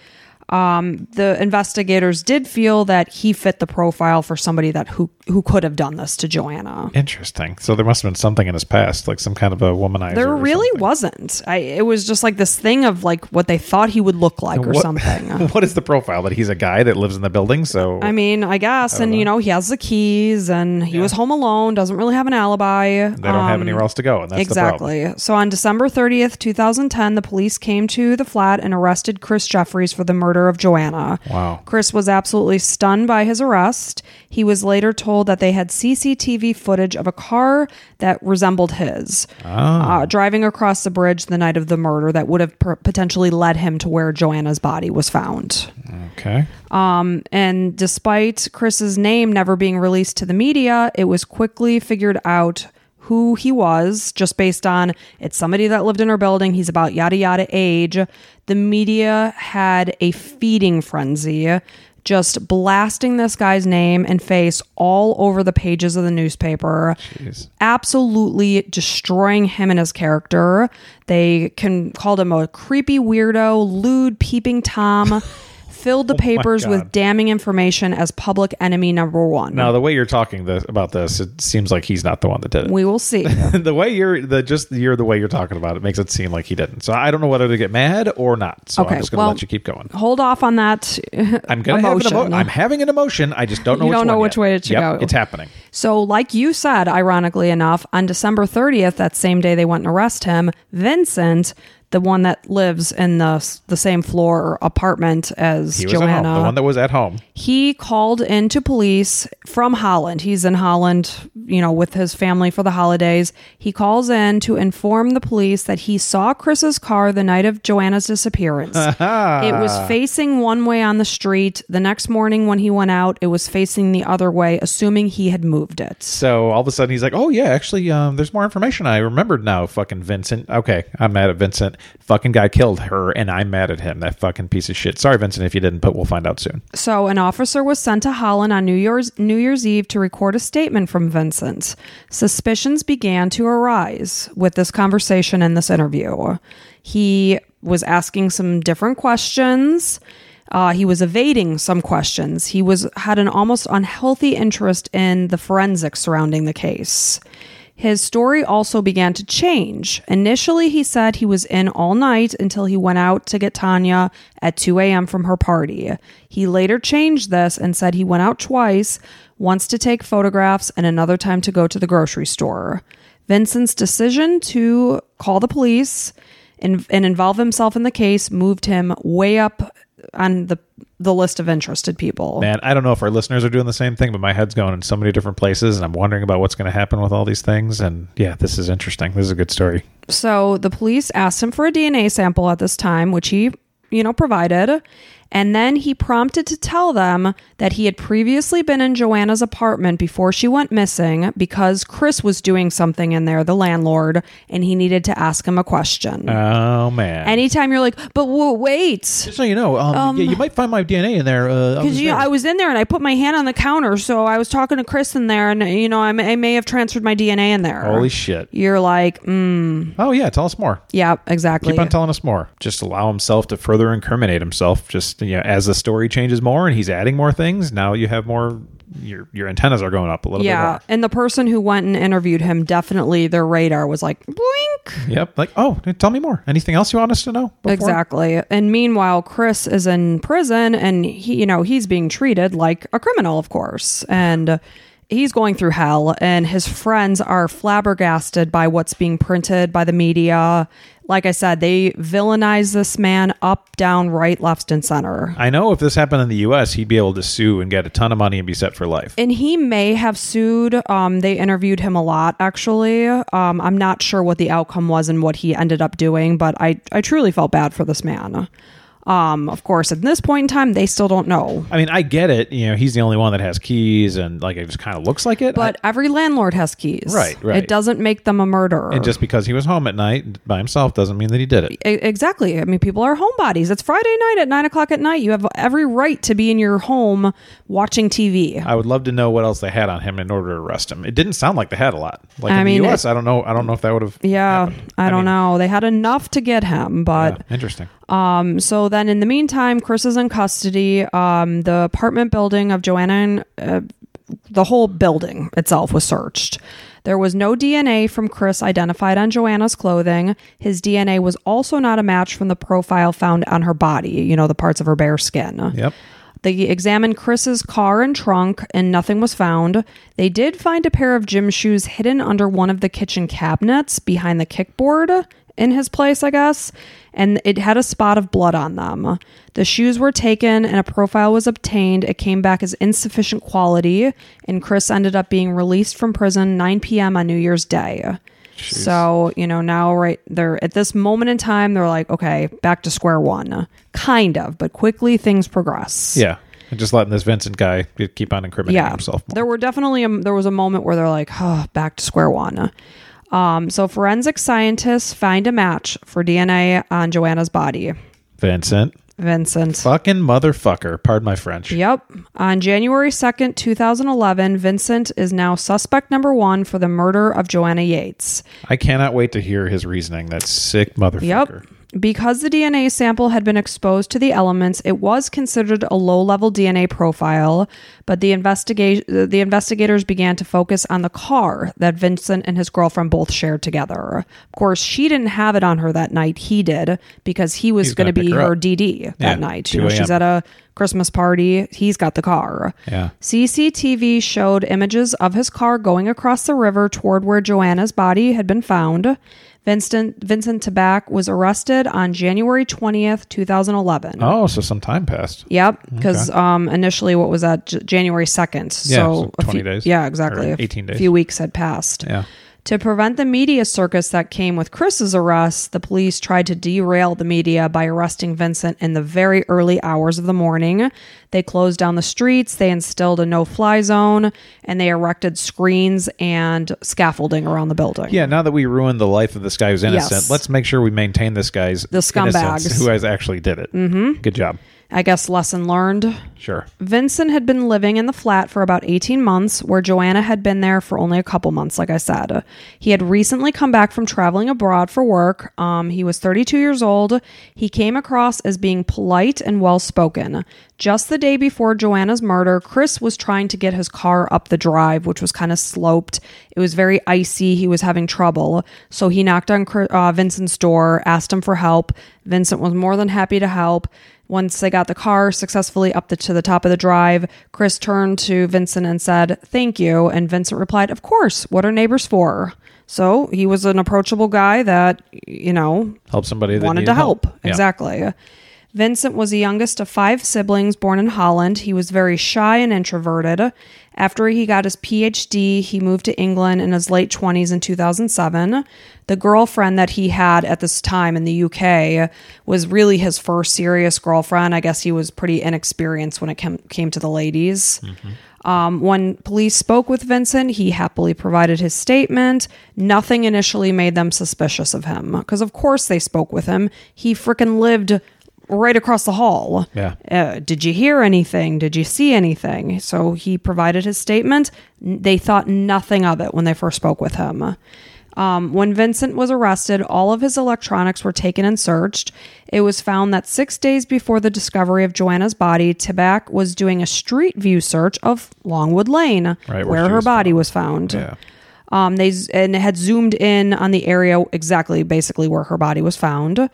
um, the investigators did feel that he fit the profile for somebody that who who could have done this to Joanna. Interesting. So there must have been something in his past, like some kind of a womanizer. There or really something. wasn't. I, it was just like this thing of like what they thought he would look like or What- something. uh. what is the profile that he's a guy that lives in the building? So I mean, I guess, and you know, he has the keys, and he was home alone. Doesn't really have an alibi. Um, they don't have anywhere else to go, and that's the problem. exactly. So on December thirtieth, two thousand ten, the police came to the flat and arrested Chris Jeffries for the murder of Joanna. Wow. Chris was absolutely stunned by his arrest. He was later told that they had CCTV footage of a car that resembled his uh, driving across the bridge the night of the murder that would have per- potentially led him to where Joanna's body was found. Okay. Um, And despite Chris's name never being released to the media, it was quickly figured out who he was just based on it's somebody that lived in her building, he's about yada yada age. The media had a feeding frenzy just blasting this guy's name and face all over the pages of the newspaper Jeez. absolutely destroying him and his character. They can called him a creepy weirdo, lewd peeping tom, filled the papers with Oh God. damning information as public enemy number one. Now the way you're talking this, about this, it seems like he's not the one that did it. We will see. the way you're the just you're the way you're talking about it makes it seem like he didn't. So I don't know whether to get mad or not. So Okay, I'm just going to well, let you keep going. Hold off on that. I'm going to have an emotion. emotion. I'm having an emotion. I just don't know. You which don't know one which yet. way it should Yep, go. It's happening. So, like you said, ironically enough, on December 30th, that same day they went and arrest him, Vincent, the one that lives in the the same floor or apartment as He was Joanna. at home. The one that was at home. he called into police from Holland. He's in Holland, you know, with his family for the holidays. He calls in to inform the police that he saw Chris's car the night of Joanna's disappearance. It was facing one way on the street. The next morning when he went out, it was facing the other way, assuming he had moved it. So all of a sudden he's like, "Oh yeah, actually, um, there's more information I remembered now." Fucking Vincent. Okay, I'm mad at Vincent. Fucking guy killed her, and I'm mad at him. That fucking piece of shit. Sorry, Vincent, if you didn't, but we'll find out soon. So an officer was sent to Holland on New Year's New Year's Eve to record a statement from Vincent. Suspicions began to arise with this conversation and this interview. He was asking some different questions. Uh, he was evading some questions. He was had an almost unhealthy interest in the forensics surrounding the case. His story also began to change. Initially, he said he was in all night until he went out to get Tanya at 2 a.m. from her party. He later changed this and said he went out twice once to take photographs and another time to go to the grocery store. Vincent's decision to call the police and, and involve himself in the case moved him way up on the, the list of interested people. Man, I don't know if our listeners are doing the same thing, but my head's going in so many different places, and I'm wondering about what's going to happen with all these things. And yeah, this is interesting. This is a good story. So the police asked him for a DNA sample at this time, which he, you know, provided. And then he prompted to tell them that he had previously been in Joanna's apartment before she went missing because Chris was doing something in there, the landlord, and he needed to ask him a question. Oh man. Anytime you're like, but w- wait, Just so you know, um, yeah, you might find my DNA in there. Uh, I was because you know, there. I was in there and I put my hand on the counter, so I was talking to Chris in there, and you know, I may, I may have transferred my DNA in there. Holy shit. You're like, mm, Oh yeah, tell us more. yeah, exactly. Keep on telling us more. Just allow himself to further incriminate himself. Just you know, as the story changes more and he's adding more things, now you have more. Your your antennas are going up a little Yeah, and the person who went and interviewed him definitely their radar was like blink. bit more. Yep. Like oh, tell me more. Anything else you want us to know? before? Exactly. And meanwhile, Chris is in prison and he you know, he's being treated like a criminal, of course. And he's going through hell and his friends are flabbergasted by what's being printed by the media. Like I said, they villainize this man up, down, right, left and center. I know if this happened in the U.S., he'd be able to sue and get a ton of money and be set for life. and he may have sued um they interviewed him a lot actually um i'm not sure what the outcome was and what he ended up doing but i i truly felt bad for this man um of course at this point in time they still don't know I mean, I get it. You know, he's the only one that has keys, and like it just kind of looks like it. but every landlord has keys Right, right. it doesn't make them a murderer and just because he was home at night by himself doesn't mean that he did it. E- Exactly. I mean, people are homebodies. It's Friday night at nine o'clock at night. You have every right to be in your home watching TV. I would love to know what else they had on him in order to arrest him. It didn't sound like they had a lot. Like I in mean, the U.S., I don't know. I don't know if that would have. Yeah, happened. I, don't mean, know. They had enough to get him, but yeah, interesting. Um, so then in the meantime, Chris is in custody. Um, the apartment building of Joanna and uh, the whole building itself was searched. There was no DNA from Chris identified on Joanna's clothing. His DNA was also not a match from the profile found on her body, you know, the parts of her bare skin. Yep. They examined Chris's car and trunk, and nothing was found. They did find a pair of gym shoes hidden under one of the kitchen cabinets behind the kickboard in his place, I guess, and it had a spot of blood on them. The shoes were taken and a profile was obtained. It came back as insufficient quality, and Chris ended up being released from prison 9 p.m. on New Year's Day. So, you know, now right there at this moment in time, they're like, okay, back to square one. Kind of, but quickly things progress. Yeah. And just letting this Vincent guy keep on incriminating yeah himself. More. there were definitely a, there was a moment where they're like oh, back to square one um, so forensic scientists find a match for dna on joanna's body Vincent, vincent fucking motherfucker. Pardon my French. Yep. On January 2nd, 2011, Vincent is now suspect number one for the murder of Joanna Yates. I cannot wait to hear his reasoning. That sick Yep. motherfucker. Because the DNA sample had been exposed to the elements, it was considered a low-level DNA profile, but the investigate the investigators began to focus on the car that Vincent and his girlfriend both shared together. Of course, she didn't have it on her that night, he did because he was He's going to gonna be pick her her up. DD that Yeah, night. You know, 2 she's a.m.. at a Christmas party, he's got the car. Yeah. CCTV showed images of his car going across the river toward where Joanna's body had been found. Vincent Vincent Tabak was arrested on January 20th, 2011. Oh, so some time passed. Yep, because um, initially what was that J- January second? Yeah, so a 20 few, days. Yeah, exactly. Or A f- 18 days. Few weeks had passed. Yeah. To prevent the media circus that came with Chris's arrest, the police tried to derail the media by arresting Vincent in the very early hours of the morning. They closed down the streets, they instilled a no fly zone, and they erected screens and scaffolding around the building. Yeah, now that we ruined the life of this guy who's innocent, Yes. let's make sure we maintain this guy's The scumbags. innocence, who has actually did it. Mm-hmm. Good job. I guess lesson learned. Sure. Vincent had been living in the flat for about 18 months, where Joanna had been there for only a couple months, like I said. He had recently come back from traveling abroad for work. Um, he was 32 years old. He came across as being polite and well spoken. Just the day before Joanna's murder, Chris was trying to get his car up the drive, which was kind of sloped. It was very icy. He was having trouble. So he knocked on Chri- uh, Vincent's door, asked him for help. Vincent was more than happy to help. Once they got the car successfully up the, to the top of the drive, Chris turned to Vincent and said, Thank you. And Vincent replied, Of course. What are neighbors for? So he was an approachable guy that, you know, Help somebody that wanted needed to help. Yeah. Exactly. Vincent was the youngest of five siblings born in Holland. He was very shy and introverted. After he got his PhD, he moved to England in his late 20s in 2007. The girlfriend that he had at this time in the UK was really his first serious girlfriend. I guess he was pretty inexperienced when it came, came to the ladies. Um, when police spoke with Vincent, he happily provided his statement. Nothing initially made them suspicious of him because, of course, they spoke with him. He freaking lived right across the hall. Yeah. Uh, did you hear anything? Did you see anything? So he provided his statement. N- They thought nothing of it when they first spoke with him. Um, when Vincent was arrested, all of his electronics were taken and searched. It was found that six days before the discovery of Joanna's body, Tabak was doing a street view search of Longwood Lane, Right, where where she her was body was found. Yeah. Um, they z- and had zoomed in on the area exactly, basically where her body was found.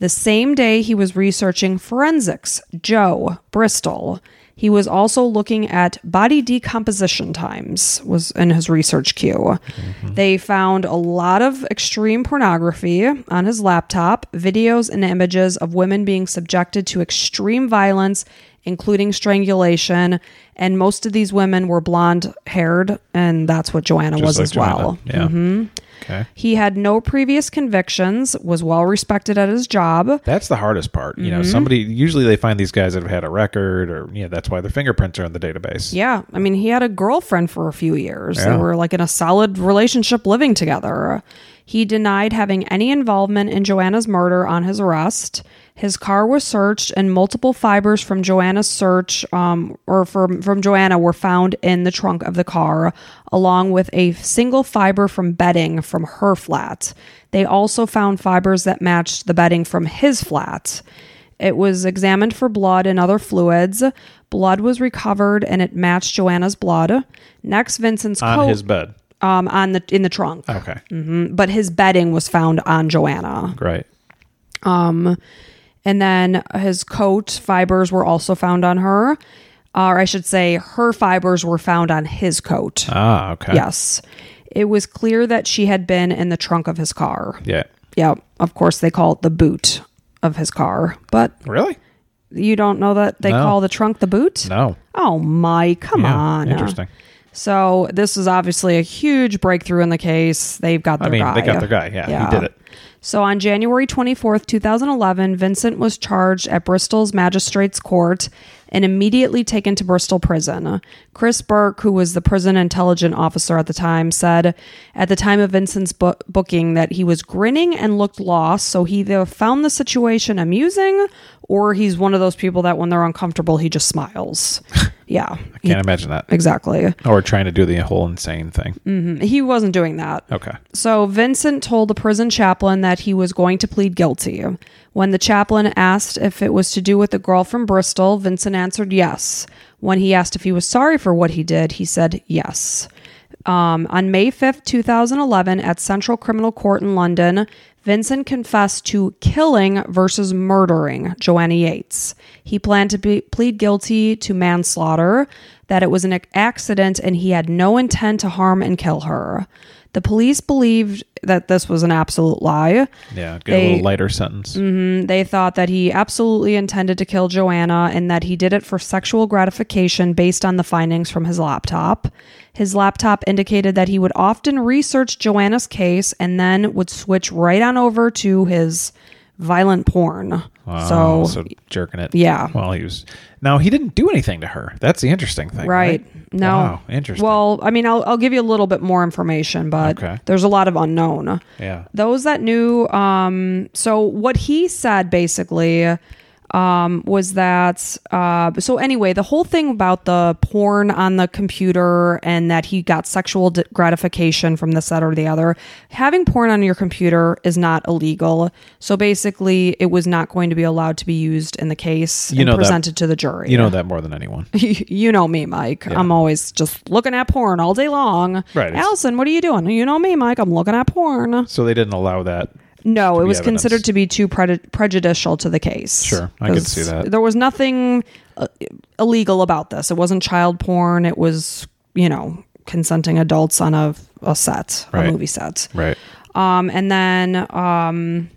The same day, he was researching forensics. Joe Bristol. He was also looking at body decomposition times. Was in his research queue. Mm-hmm. They found a lot of extreme pornography on his laptop, videos and images of women being subjected to extreme violence, including strangulation. And most of these women were blonde haired, and that's what Joanna was Just like as well. Mm-hmm. Joanna. Yeah. Okay. He had no previous convictions, was well respected at his job. That's the hardest part. You know, Mm-hmm. somebody usually they find these guys that have had a record or yeah, that's why their fingerprints are in the database. Yeah, I mean, he had a girlfriend for a few years. They Yeah. were like in a solid relationship living together. He denied having any involvement in Joanna's murder on his arrest. His car was searched, and multiple fibers from Joanna's search, um, or from from Joanna, were found in the trunk of the car, along with a single fiber from bedding from her flat. They also found fibers that matched the bedding from his flat. It was examined for blood and other fluids. Blood was recovered and it matched Joanna's blood. Next, Vincent's On coat his Ah. bed. um, on the in the trunk, Okay. Mm, but his bedding was found on Joanna. Great. Um, and then his coat fibers were also found on her, or I should say, her fibers were found on his coat. Ah, okay. Yes, it was clear that she had been in the trunk of his car. Yeah. Yeah, of course they call it the boot of his car, but Really? you don't know that they No. call the trunk the boot? No. Oh my, come Yeah. on. Interesting. So this is obviously a huge breakthrough in the case. They've got their I mean, guy. they got their guy. Yeah, He did it. So on January 24th, 2011, Vincent was charged at Bristol's magistrate's court and immediately taken to Bristol prison. Chris Burke, who was the prison intelligence officer at the time, said at the time of Vincent's bo- booking that he was grinning and looked lost, so he either found the situation amusing or he's one of those people that when they're uncomfortable, he just smiles. yeah. He- Can't imagine that. exactly. Or trying to do the whole insane thing. He wasn't doing that. Okay. So Vincent told the prison chaplain that he was going to plead guilty. When the chaplain asked if it was to do with the girl from Bristol, Vincent answered yes. When he asked if he was sorry for what he did, he said yes. Um, on May 5th, 2011, at Central Criminal Court in London, Vincent confessed to killing versus murdering Joanna Yates. He planned to be, plead guilty to manslaughter, that it was an accident, and he had no intent to harm and kill her. The police believed that this was an absolute lie. Yeah, get They- a little lighter sentence. Mm, They thought that he absolutely intended to kill Joanna and that he did it for sexual gratification based on the findings from his laptop. His laptop indicated that he would often research Joanna's case and then would switch right on over to his violent porn. Wow, so, Oh, so jerking it. yeah. Well, he was. Now he didn't do anything to her. That's the interesting thing, Right. right? No. Wow, interesting. Well, I mean, I'll, I'll give you a little bit more information, but Okay. there's a lot of unknown. yeah. those that knew um so what he said basically um was that uh so anyway the whole thing about the porn on the computer and that he got sexual d- gratification from this that or the other having porn on your computer is not illegal so basically it was not going to be allowed to be used in the case You and know that- presented to the jury You know that more than anyone. you know me, Mike. I'm always just looking at porn all day long. Right, it's- Allison, what are you doing? You know me, Mike. I'm looking at porn. So they didn't allow that. No, it be was evidence. considered to be too pre- prejudicial to the case. Sure, I could 'Cause see that. There was nothing uh, illegal about this. It wasn't child porn. It was, you know, consenting adults on a, a set, a Right. movie set. Right. Um, and then, um,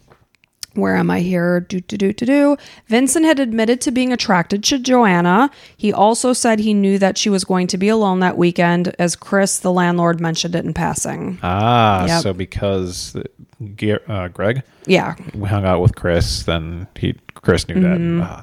where am I here? Do, do, do, do, do. Vincent had admitted to being attracted to Joanna. He also said he knew that she was going to be alone that weekend, as Chris, the landlord, mentioned it in passing. Ah, Yep. so because the- Ge- uh, Greg Yeah. hung out with Chris, then he Chris knew that. Ah, that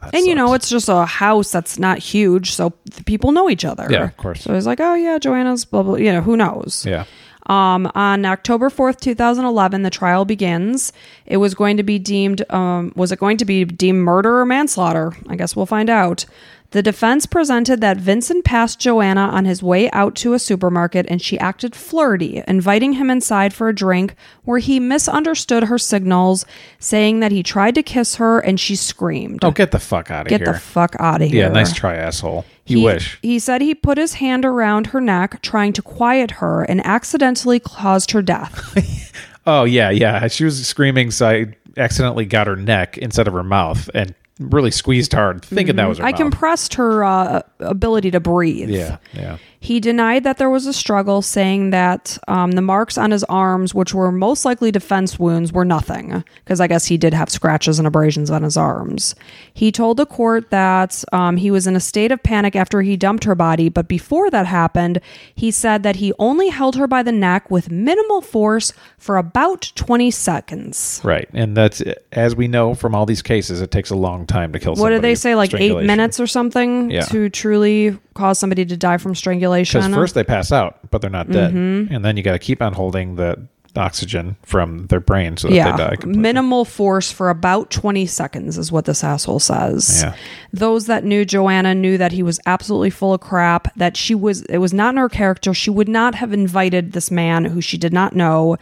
Mm-hmm. And you know, sucks. it's just a house that's not huge, so th- people know each other. Yeah, of course. So he's like, oh, yeah, Joanna's blah, blah, you know, who knows? yeah. Um, on October 4th, 2011, the trial begins. It was going to be deemed, um, was it going to be deemed murder or manslaughter? I guess we'll find out. The defense presented that Vincent passed Joanna on his way out to a supermarket and she acted flirty, inviting him inside for a drink, where he misunderstood her signals, saying that he tried to kiss her and she screamed. Oh, get the fuck out of Get here. the fuck out of here. yeah, nice try, asshole. You He- wish. He said he put his hand around her neck, trying to quiet her, and accidentally caused her death. Oh yeah, yeah. She was screaming, so I accidentally got her neck instead of her mouth, and really squeezed hard, thinking that was her Mm-hmm. I mouth. compressed her uh, ability to breathe. yeah, yeah. He denied that there was a struggle, saying that um, the marks on his arms, which were most likely defense wounds, were nothing, because I guess he did have scratches and abrasions on his arms. He told the court that um, he was in a state of panic after he dumped her body, but before that happened, he said that he only held her by the neck with minimal force for about 20 seconds. Right, and that's as we know from all these cases, it takes a long time to kill. What somebody do they say, like eight Strangulation. minutes or something Yeah. to truly cause somebody to die from strangulation? Because first they pass out, but they're not dead, Mm-hmm. and then you got to keep on holding the oxygen from their brain so that they die. completely. Minimal force for about 20 seconds is what this asshole says. Yeah. Those that knew Joanna knew that he was absolutely full of crap, that she was, it was not in her character. She would not have invited this man who she did not know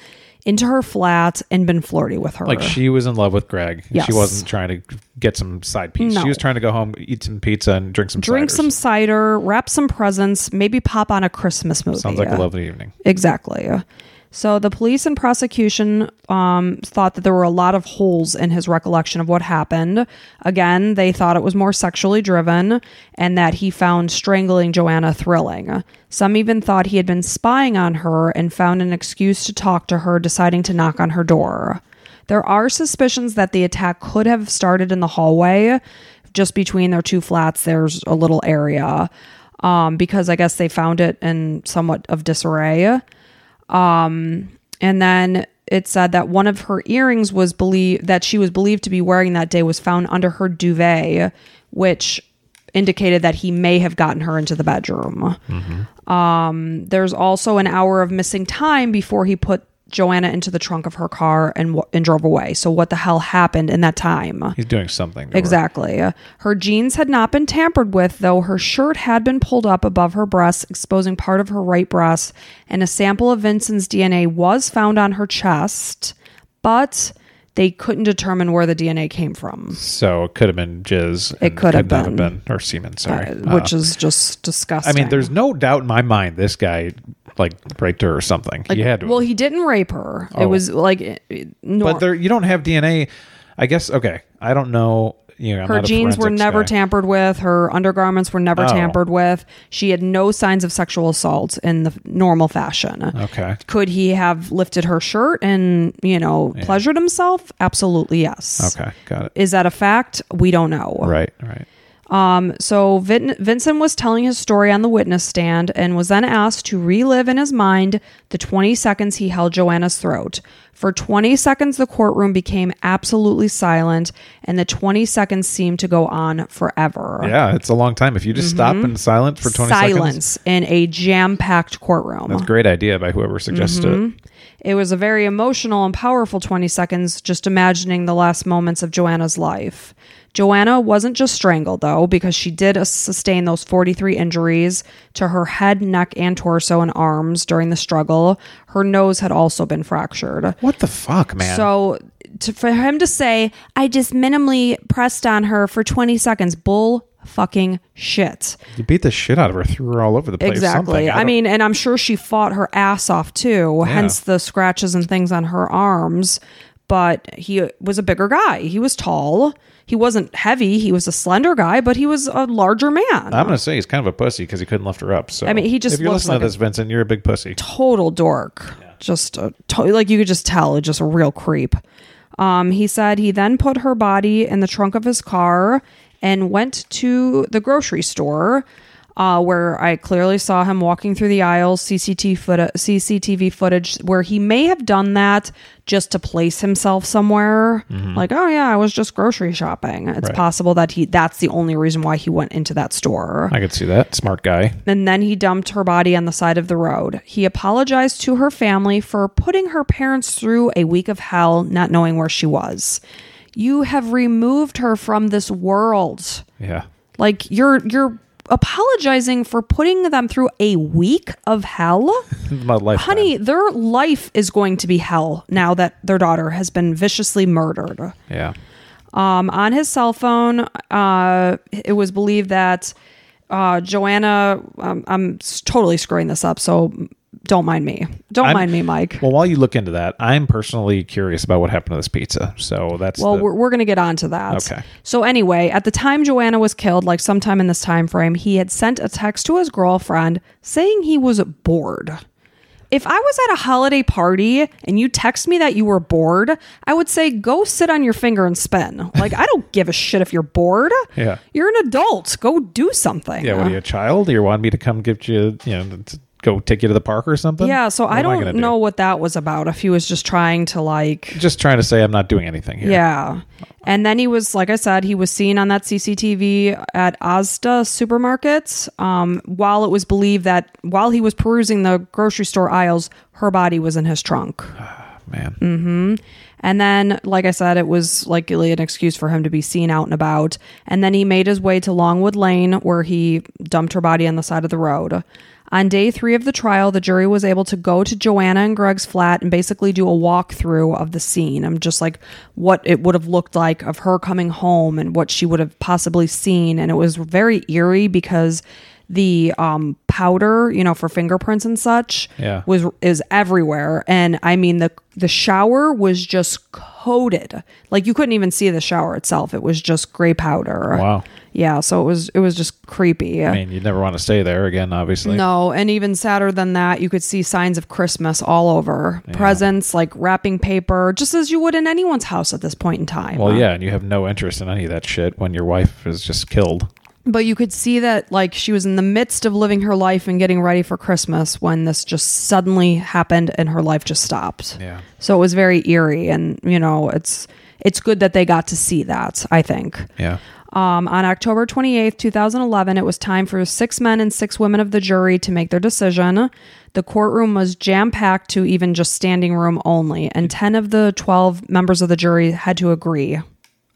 into her flat and been flirty with her. Like she was in love with Greg. Yes. She wasn't trying to get some side piece. No. She was trying to go home, eat some pizza, and drink some Drink ciders. some cider, wrap some presents, maybe pop on a Christmas movie. Sounds like a lovely evening. Exactly. So the police and prosecution um, thought that there were a lot of holes in his recollection of what happened. Again, they thought it was more sexually driven and that he found strangling Joanna thrilling. Some even thought he had been spying on her and found an excuse to talk to her, deciding to knock on her door. There are suspicions that the attack could have started in the hallway. Just between their two flats, there's a little area um, because I guess they found it in somewhat of disarray. Um, and then it said that one of her earrings was believed that she was believed to be wearing that day was found under her duvet, which indicated that he may have gotten her into the bedroom. Um, there's also an hour of missing time before he put Joanna into the trunk of her car and wa- and drove away. So what the hell happened in that time? He's doing something. to her. Exactly. Her jeans had not been tampered with, though her shirt had been pulled up above her breasts, exposing part of her right breast, and a sample of Vincent's DNA was found on her chest, but they couldn't determine where the DNA came from, So it could have been jizz. and could have not been. or semen. Sorry, Uh, which is just disgusting. I mean, there's no doubt in my mind this guy like raped her or something. he had to. well, he didn't rape Oh. her. It was like it- it- nor- but there, you don't have DNA. I guess. Okay, I don't know. you know, I'm Her not a jeans were forensics never guy. tampered with. Her undergarments were never Oh. tampered with. She had no signs of sexual assault in the normal fashion. Okay. Could he have lifted her shirt and, you know, pleasured himself? Absolutely, yes. Okay. Got it. Is that a fact? We don't know. Right. Right. So Vin- Vincent was telling his story on the witness stand and was then asked to relive in his mind the 20 seconds he held Joanna's throat. For 20 seconds, the courtroom became absolutely silent, and the 20 seconds seemed to go on forever. Yeah, it's a long time. If you just stop and silent for 20 seconds, Mm-hmm. Silence in a jam-packed courtroom. that's a great idea by whoever suggested Mm-hmm. it. It was a very emotional and powerful 20 seconds just imagining the last moments of Joanna's life. Joanna wasn't just strangled, though, because she did uh, sustain those 43 injuries to her head, neck, and torso and arms during the struggle. Her nose had also been fractured. What the fuck, man? So, to, for him to say, I just minimally pressed on her for 20 seconds, bull fucking shit. you beat the shit out of her, threw her all over the place. Exactly. something. I, don't- mean, and I'm sure she fought her ass off too, hence the scratches and things on her arms. But he was a bigger guy. He was tall. He wasn't heavy. He was a slender guy, but he was a larger man. I'm going to say he's kind of a pussy because he couldn't lift her up. So I mean, he just If you're looks listening like to a- this, Vincent, you're a big pussy. total dork. Just a to- like you could just tell, just a real creep. Um, he said he then put her body in the trunk of his car and went to the grocery store, uh, where I clearly saw him walking through the aisles. CCTV footage, CCTV footage, where he may have done that just to place himself somewhere. Like, oh yeah, I was just grocery shopping. It's Right. possible that he that's the only reason why he went into that store I could see that. Smart guy. and then he dumped her body on the side of the road. He apologized to her family for putting her parents through a week of hell not knowing where she was. You have removed her from this world. Yeah. Like you're you're apologizing for putting them through a week of hell? My life. Honey, their life is going to be hell now that their daughter has been viciously murdered. Yeah. Um, on his cell phone, uh, it was believed that uh, Joanna. Um, I'm s- totally screwing this up, so don't mind me. Don't I'm- mind me, Mike. Well, while you look into that, I'm personally curious about what happened to this pizza. So that's Well, the- we're, we're going to get on to that. Okay. So anyway, at the time Joanna was killed, like sometime in this time frame, he had sent a text to his girlfriend saying he was bored. If I was at a holiday party and you text me that you were bored, I would say go sit on your finger and spin. Like I don't give a shit if you're bored. Yeah. You're an adult. Go do something. yeah. What are you, a child? You want me to come give you, you know, to go take you to the park or something? Yeah, so What I am don't gonna do? know what that was about. If he was just trying to like Just trying to say I'm not doing anything here. Yeah. And then he was, like I said, he was seen on that CCTV at Asda supermarkets. Um, while it was believed that while he was perusing the grocery store aisles, her body was in his trunk. Man. Mm. And then, like I said, it was likely an excuse for him to be seen out and about. And then he made his way to Longwood Lane, where he dumped her body on the side of the road. On day three of the trial, the jury was able to go to Joanna and Greg's flat and basically do a walkthrough of the scene. I'm just like what it would have looked like of her coming home and what she would have possibly seen. And it was very eerie because the um, powder, you know, for fingerprints and such, Yeah. was is everywhere and i mean the the shower was just coated like you couldn't even see the shower itself it was just gray powder Wow. yeah so it was it was just creepy I mean, you'd never want to stay there again, obviously. no and even sadder than that you could see signs of christmas all over presents like wrapping paper just as you would in anyone's house at this point in time Well, yeah, and you have no interest in any of that shit when your wife is just killed. but you could see that like she was in the midst of living her life and getting ready for christmas when this just suddenly happened and her life just stopped Yeah. so it was very eerie and you know it's it's good that they got to see that i think Yeah. um, on October 28th, 2011, it was time for six men and six women of the jury to make their decision. The courtroom was jam packed to even just standing room only, and 10 of the 12 members of the jury had to agree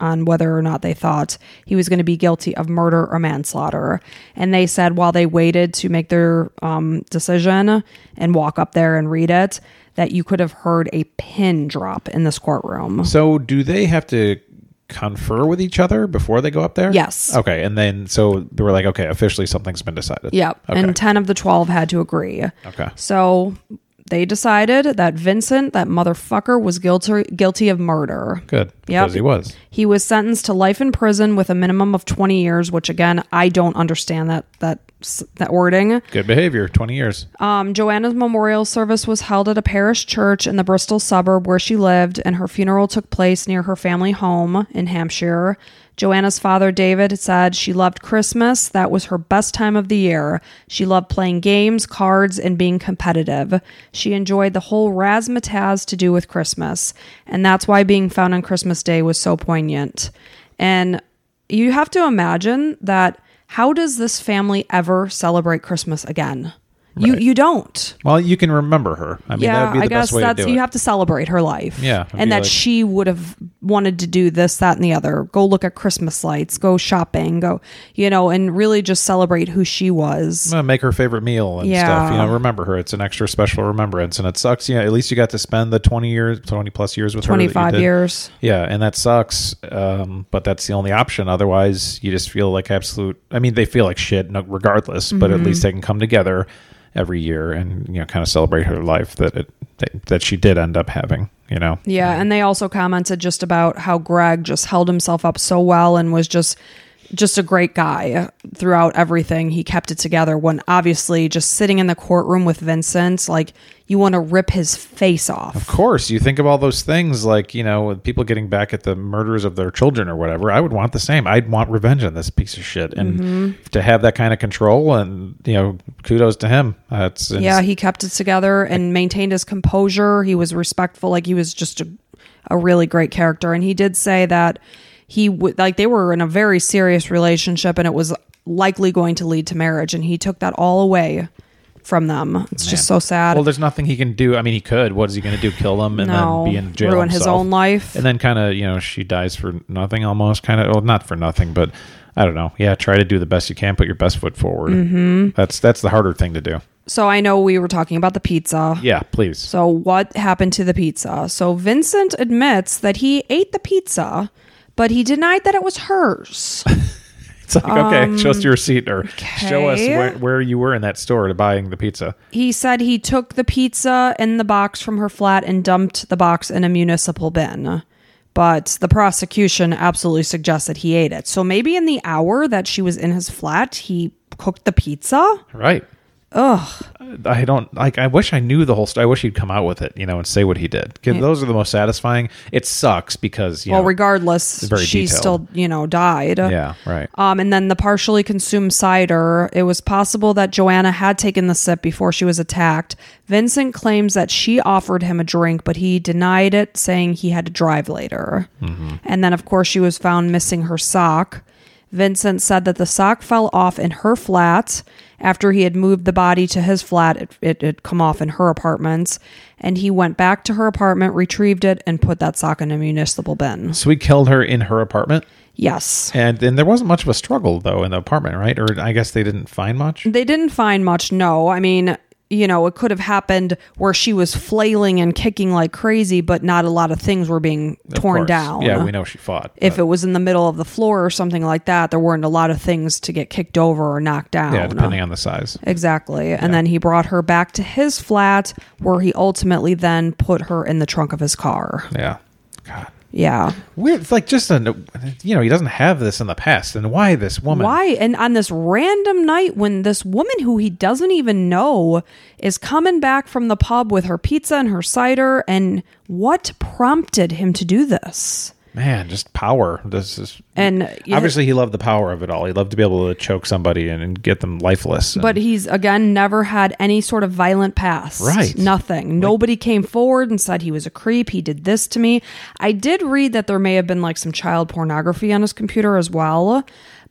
on whether or not they thought he was going to be guilty of murder or manslaughter. And they said while they waited to make their um, decision and walk up there and read it, that you could have heard a pin drop in this courtroom. So, do they have to confer with each other before they go up there? Yes. Okay, and then so they were like, okay, officially something's been decided. Yep. Okay. And 10 of the 12 had to agree. okay. So they decided that Vincent, that motherfucker, was guilty guilty of murder. Good. Yep. because he was. He was sentenced to life in prison with a minimum of 20 years, which again, I don't understand that that s- that wording. Good behavior, 20 years. Um, Joanna's memorial service was held at a parish church in the Bristol suburb where she lived, and her funeral took place near her family home in Hampshire. Joanna's father, David, said she loved Christmas. That was her best time of the year. She loved playing games, cards, and being competitive. She enjoyed the whole razzmatazz to do with Christmas, and that's why being found on Christmas Day was so poignant. And you have to imagine that how does this family ever celebrate Christmas again? You you don't. Well, you can remember her. I mean, that yeah, would be the I best guess way to that's do you it. have to celebrate her life. Yeah, it'd and be that like- she would have wanted to do this, that, and the other. Go look at Christmas lights. Go shopping. Go, you know, and really just celebrate who she was. Well, make her favorite meal and Yeah. stuff. You know, remember her. It's an extra special remembrance, and it sucks. Yeah, at least you got to spend the 20 years, 20 plus years with her. that you Twenty five did. years. Yeah, and that sucks. Um, but that's the only option. Otherwise, you just feel like absolute. I mean, they feel like shit, no, regardless. But at least they can come together every year and you know, kind of celebrate her life that it that, that she did end up having. You know, Yeah, and they also commented just about how Greg just held himself up so well and was just just a great guy throughout everything. He kept it together when obviously just sitting in the courtroom with Vincent, like you want to rip his face off. Of course, you think of all those things like, you know, with people getting back at the murders of their children or whatever. I would want the same. I'd want revenge on this piece of shit. And to have that kind of control and, you know, kudos to him. That's Yeah, he kept it together and maintained his composure. He was respectful, like he was just a, a really great character. And he did say that he would like they were in a very serious relationship and it was likely going to lead to marriage and he took that all away from them. It's just so sad. Well, there's nothing he can do. I mean, he could. What is he going to do? Kill him and no, then be in jail ruin his himself? own life. And then kind of, you know, she dies for nothing almost, kind of. Well, not for nothing, but I don't know. Yeah, try to do the best you can. Put your best foot forward. Mm-hmm. That's that's the harder thing to do. So I know we were talking about the pizza. Yeah, please. So, what happened to the pizza? So, Vincent admits that he ate the pizza, but he denied that it was hers. It's like, okay, show us your receipt or show us um, okay. where, where you were in that store to buying the pizza. He said he took the pizza in the box from her flat and dumped the box in a municipal bin. But the prosecution absolutely suggests that he ate it. So maybe in the hour that she was in his flat, he cooked the pizza? Right. Ugh. I don't like. I wish I knew the whole story. I wish he'd come out with it, you know, and say what he did. 'Cause those are the most satisfying. It sucks because you Well, know. regardless, very she detailed. still, you know, died. yeah. Right. Um, and then the partially consumed cider. It was possible that Joanna had taken the sip before she was attacked. Vincent claims that she offered him a drink, but he denied it, saying he had to drive later. Mm-hmm. And then, of course, she was found missing her sock. Vincent said that the sock fell off in her flat. After he had moved the body to his flat, it, it had come off in her apartment. And he went back to her apartment, retrieved it, and put that sock in a municipal bin. So we killed her in her apartment, Yes. and and there wasn't much of a struggle though in the apartment, right? Or I guess they didn't find much. They didn't find much, no. I mean, you know, it could have happened where she was flailing and kicking like crazy, but not a lot of things were being Of torn course. down. Yeah, we know she fought. If but- it was in the middle of the floor or something like that, there weren't a lot of things to get kicked over or knocked down. yeah, depending on the size. Exactly. And then he brought her back to his flat where he ultimately then put her in the trunk of his car. Yeah. God. Yeah. Weird. It's like just a, you know, he doesn't have this in the past, and why this woman? Why? And on this random night when this woman who he doesn't even know is coming back from the pub with her pizza and her cider, and what prompted him to do this? man just power this is And yeah, obviously he loved the power of it all he loved to be able to choke somebody and, and get them lifeless And- but he's again never had any sort of violent past. Right. Nothing. Nobody came forward and said he was a creep. He did this to me. I did read that there may have been like some child pornography on his computer as well.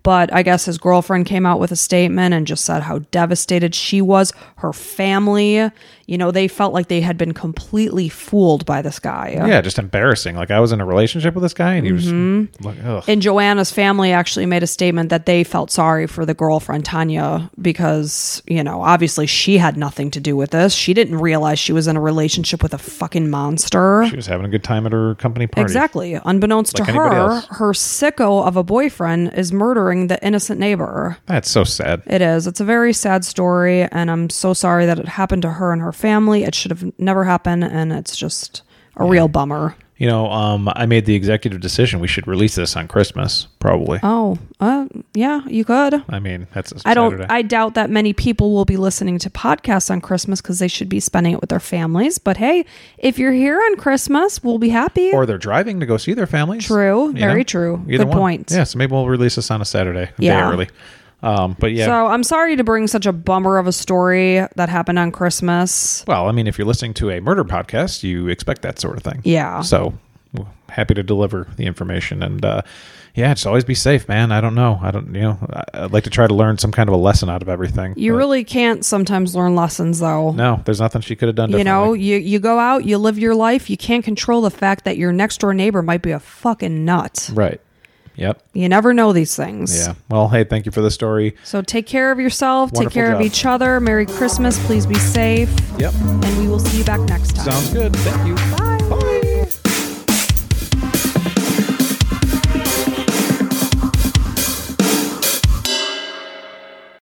But I guess his girlfriend came out with a statement and just said how devastated she was. Her family, you know, they felt like they had been completely fooled by this guy. yeah just embarrassing like i was in a relationship with this guy and he was Mm-hmm. like ugh. And Joanna's family actually made a statement that they felt sorry for the girlfriend, Tanya, because, you know, obviously she had nothing to do with this. She didn't realize she was in a relationship with a fucking monster. she was having a good time at her company party Exactly. Unbeknownst Like to anybody her, else. her sicko of a boyfriend is murdering the innocent neighbor. that's so sad It is. It's a very sad story, and I'm so sorry that it happened to her and her family. It should have never happened, and it's just a real bummer. you know, um, I made the executive decision we should release this on Christmas, probably. Oh, uh, yeah, you could. I mean, that's a I don't. Saturday. I doubt that many people will be listening to podcasts on Christmas because they should be spending it with their families. But hey, if you're here on Christmas, we'll be happy. or they're driving to go see their families. True. You Very true. Either Good one. point. Yeah, so maybe we'll release this on a Saturday, a Yeah. day early. Um, but yeah, So I'm sorry to bring such a bummer of a story that happened on Christmas. well, I mean, if you're listening to a murder podcast, you expect that sort of thing. Yeah. So w- happy to deliver the information and uh, yeah, just always be safe, man. I don't know. I don't, you know, I- I'd like to try to learn some kind of a lesson out of everything. You but really can't sometimes learn lessons though. no, there's nothing she could have done. You know, differently. you, you go out, you live your life, you can't control the fact that your next door neighbor might be a fucking nut. right? Yep. You never know these things. Yeah. Well, hey, thank you for the story. So take care of yourself, take Wonderful care job. of each other. Merry Christmas. Please be safe. Yep. And we will see you back next time. Sounds good. Thank you. Bye.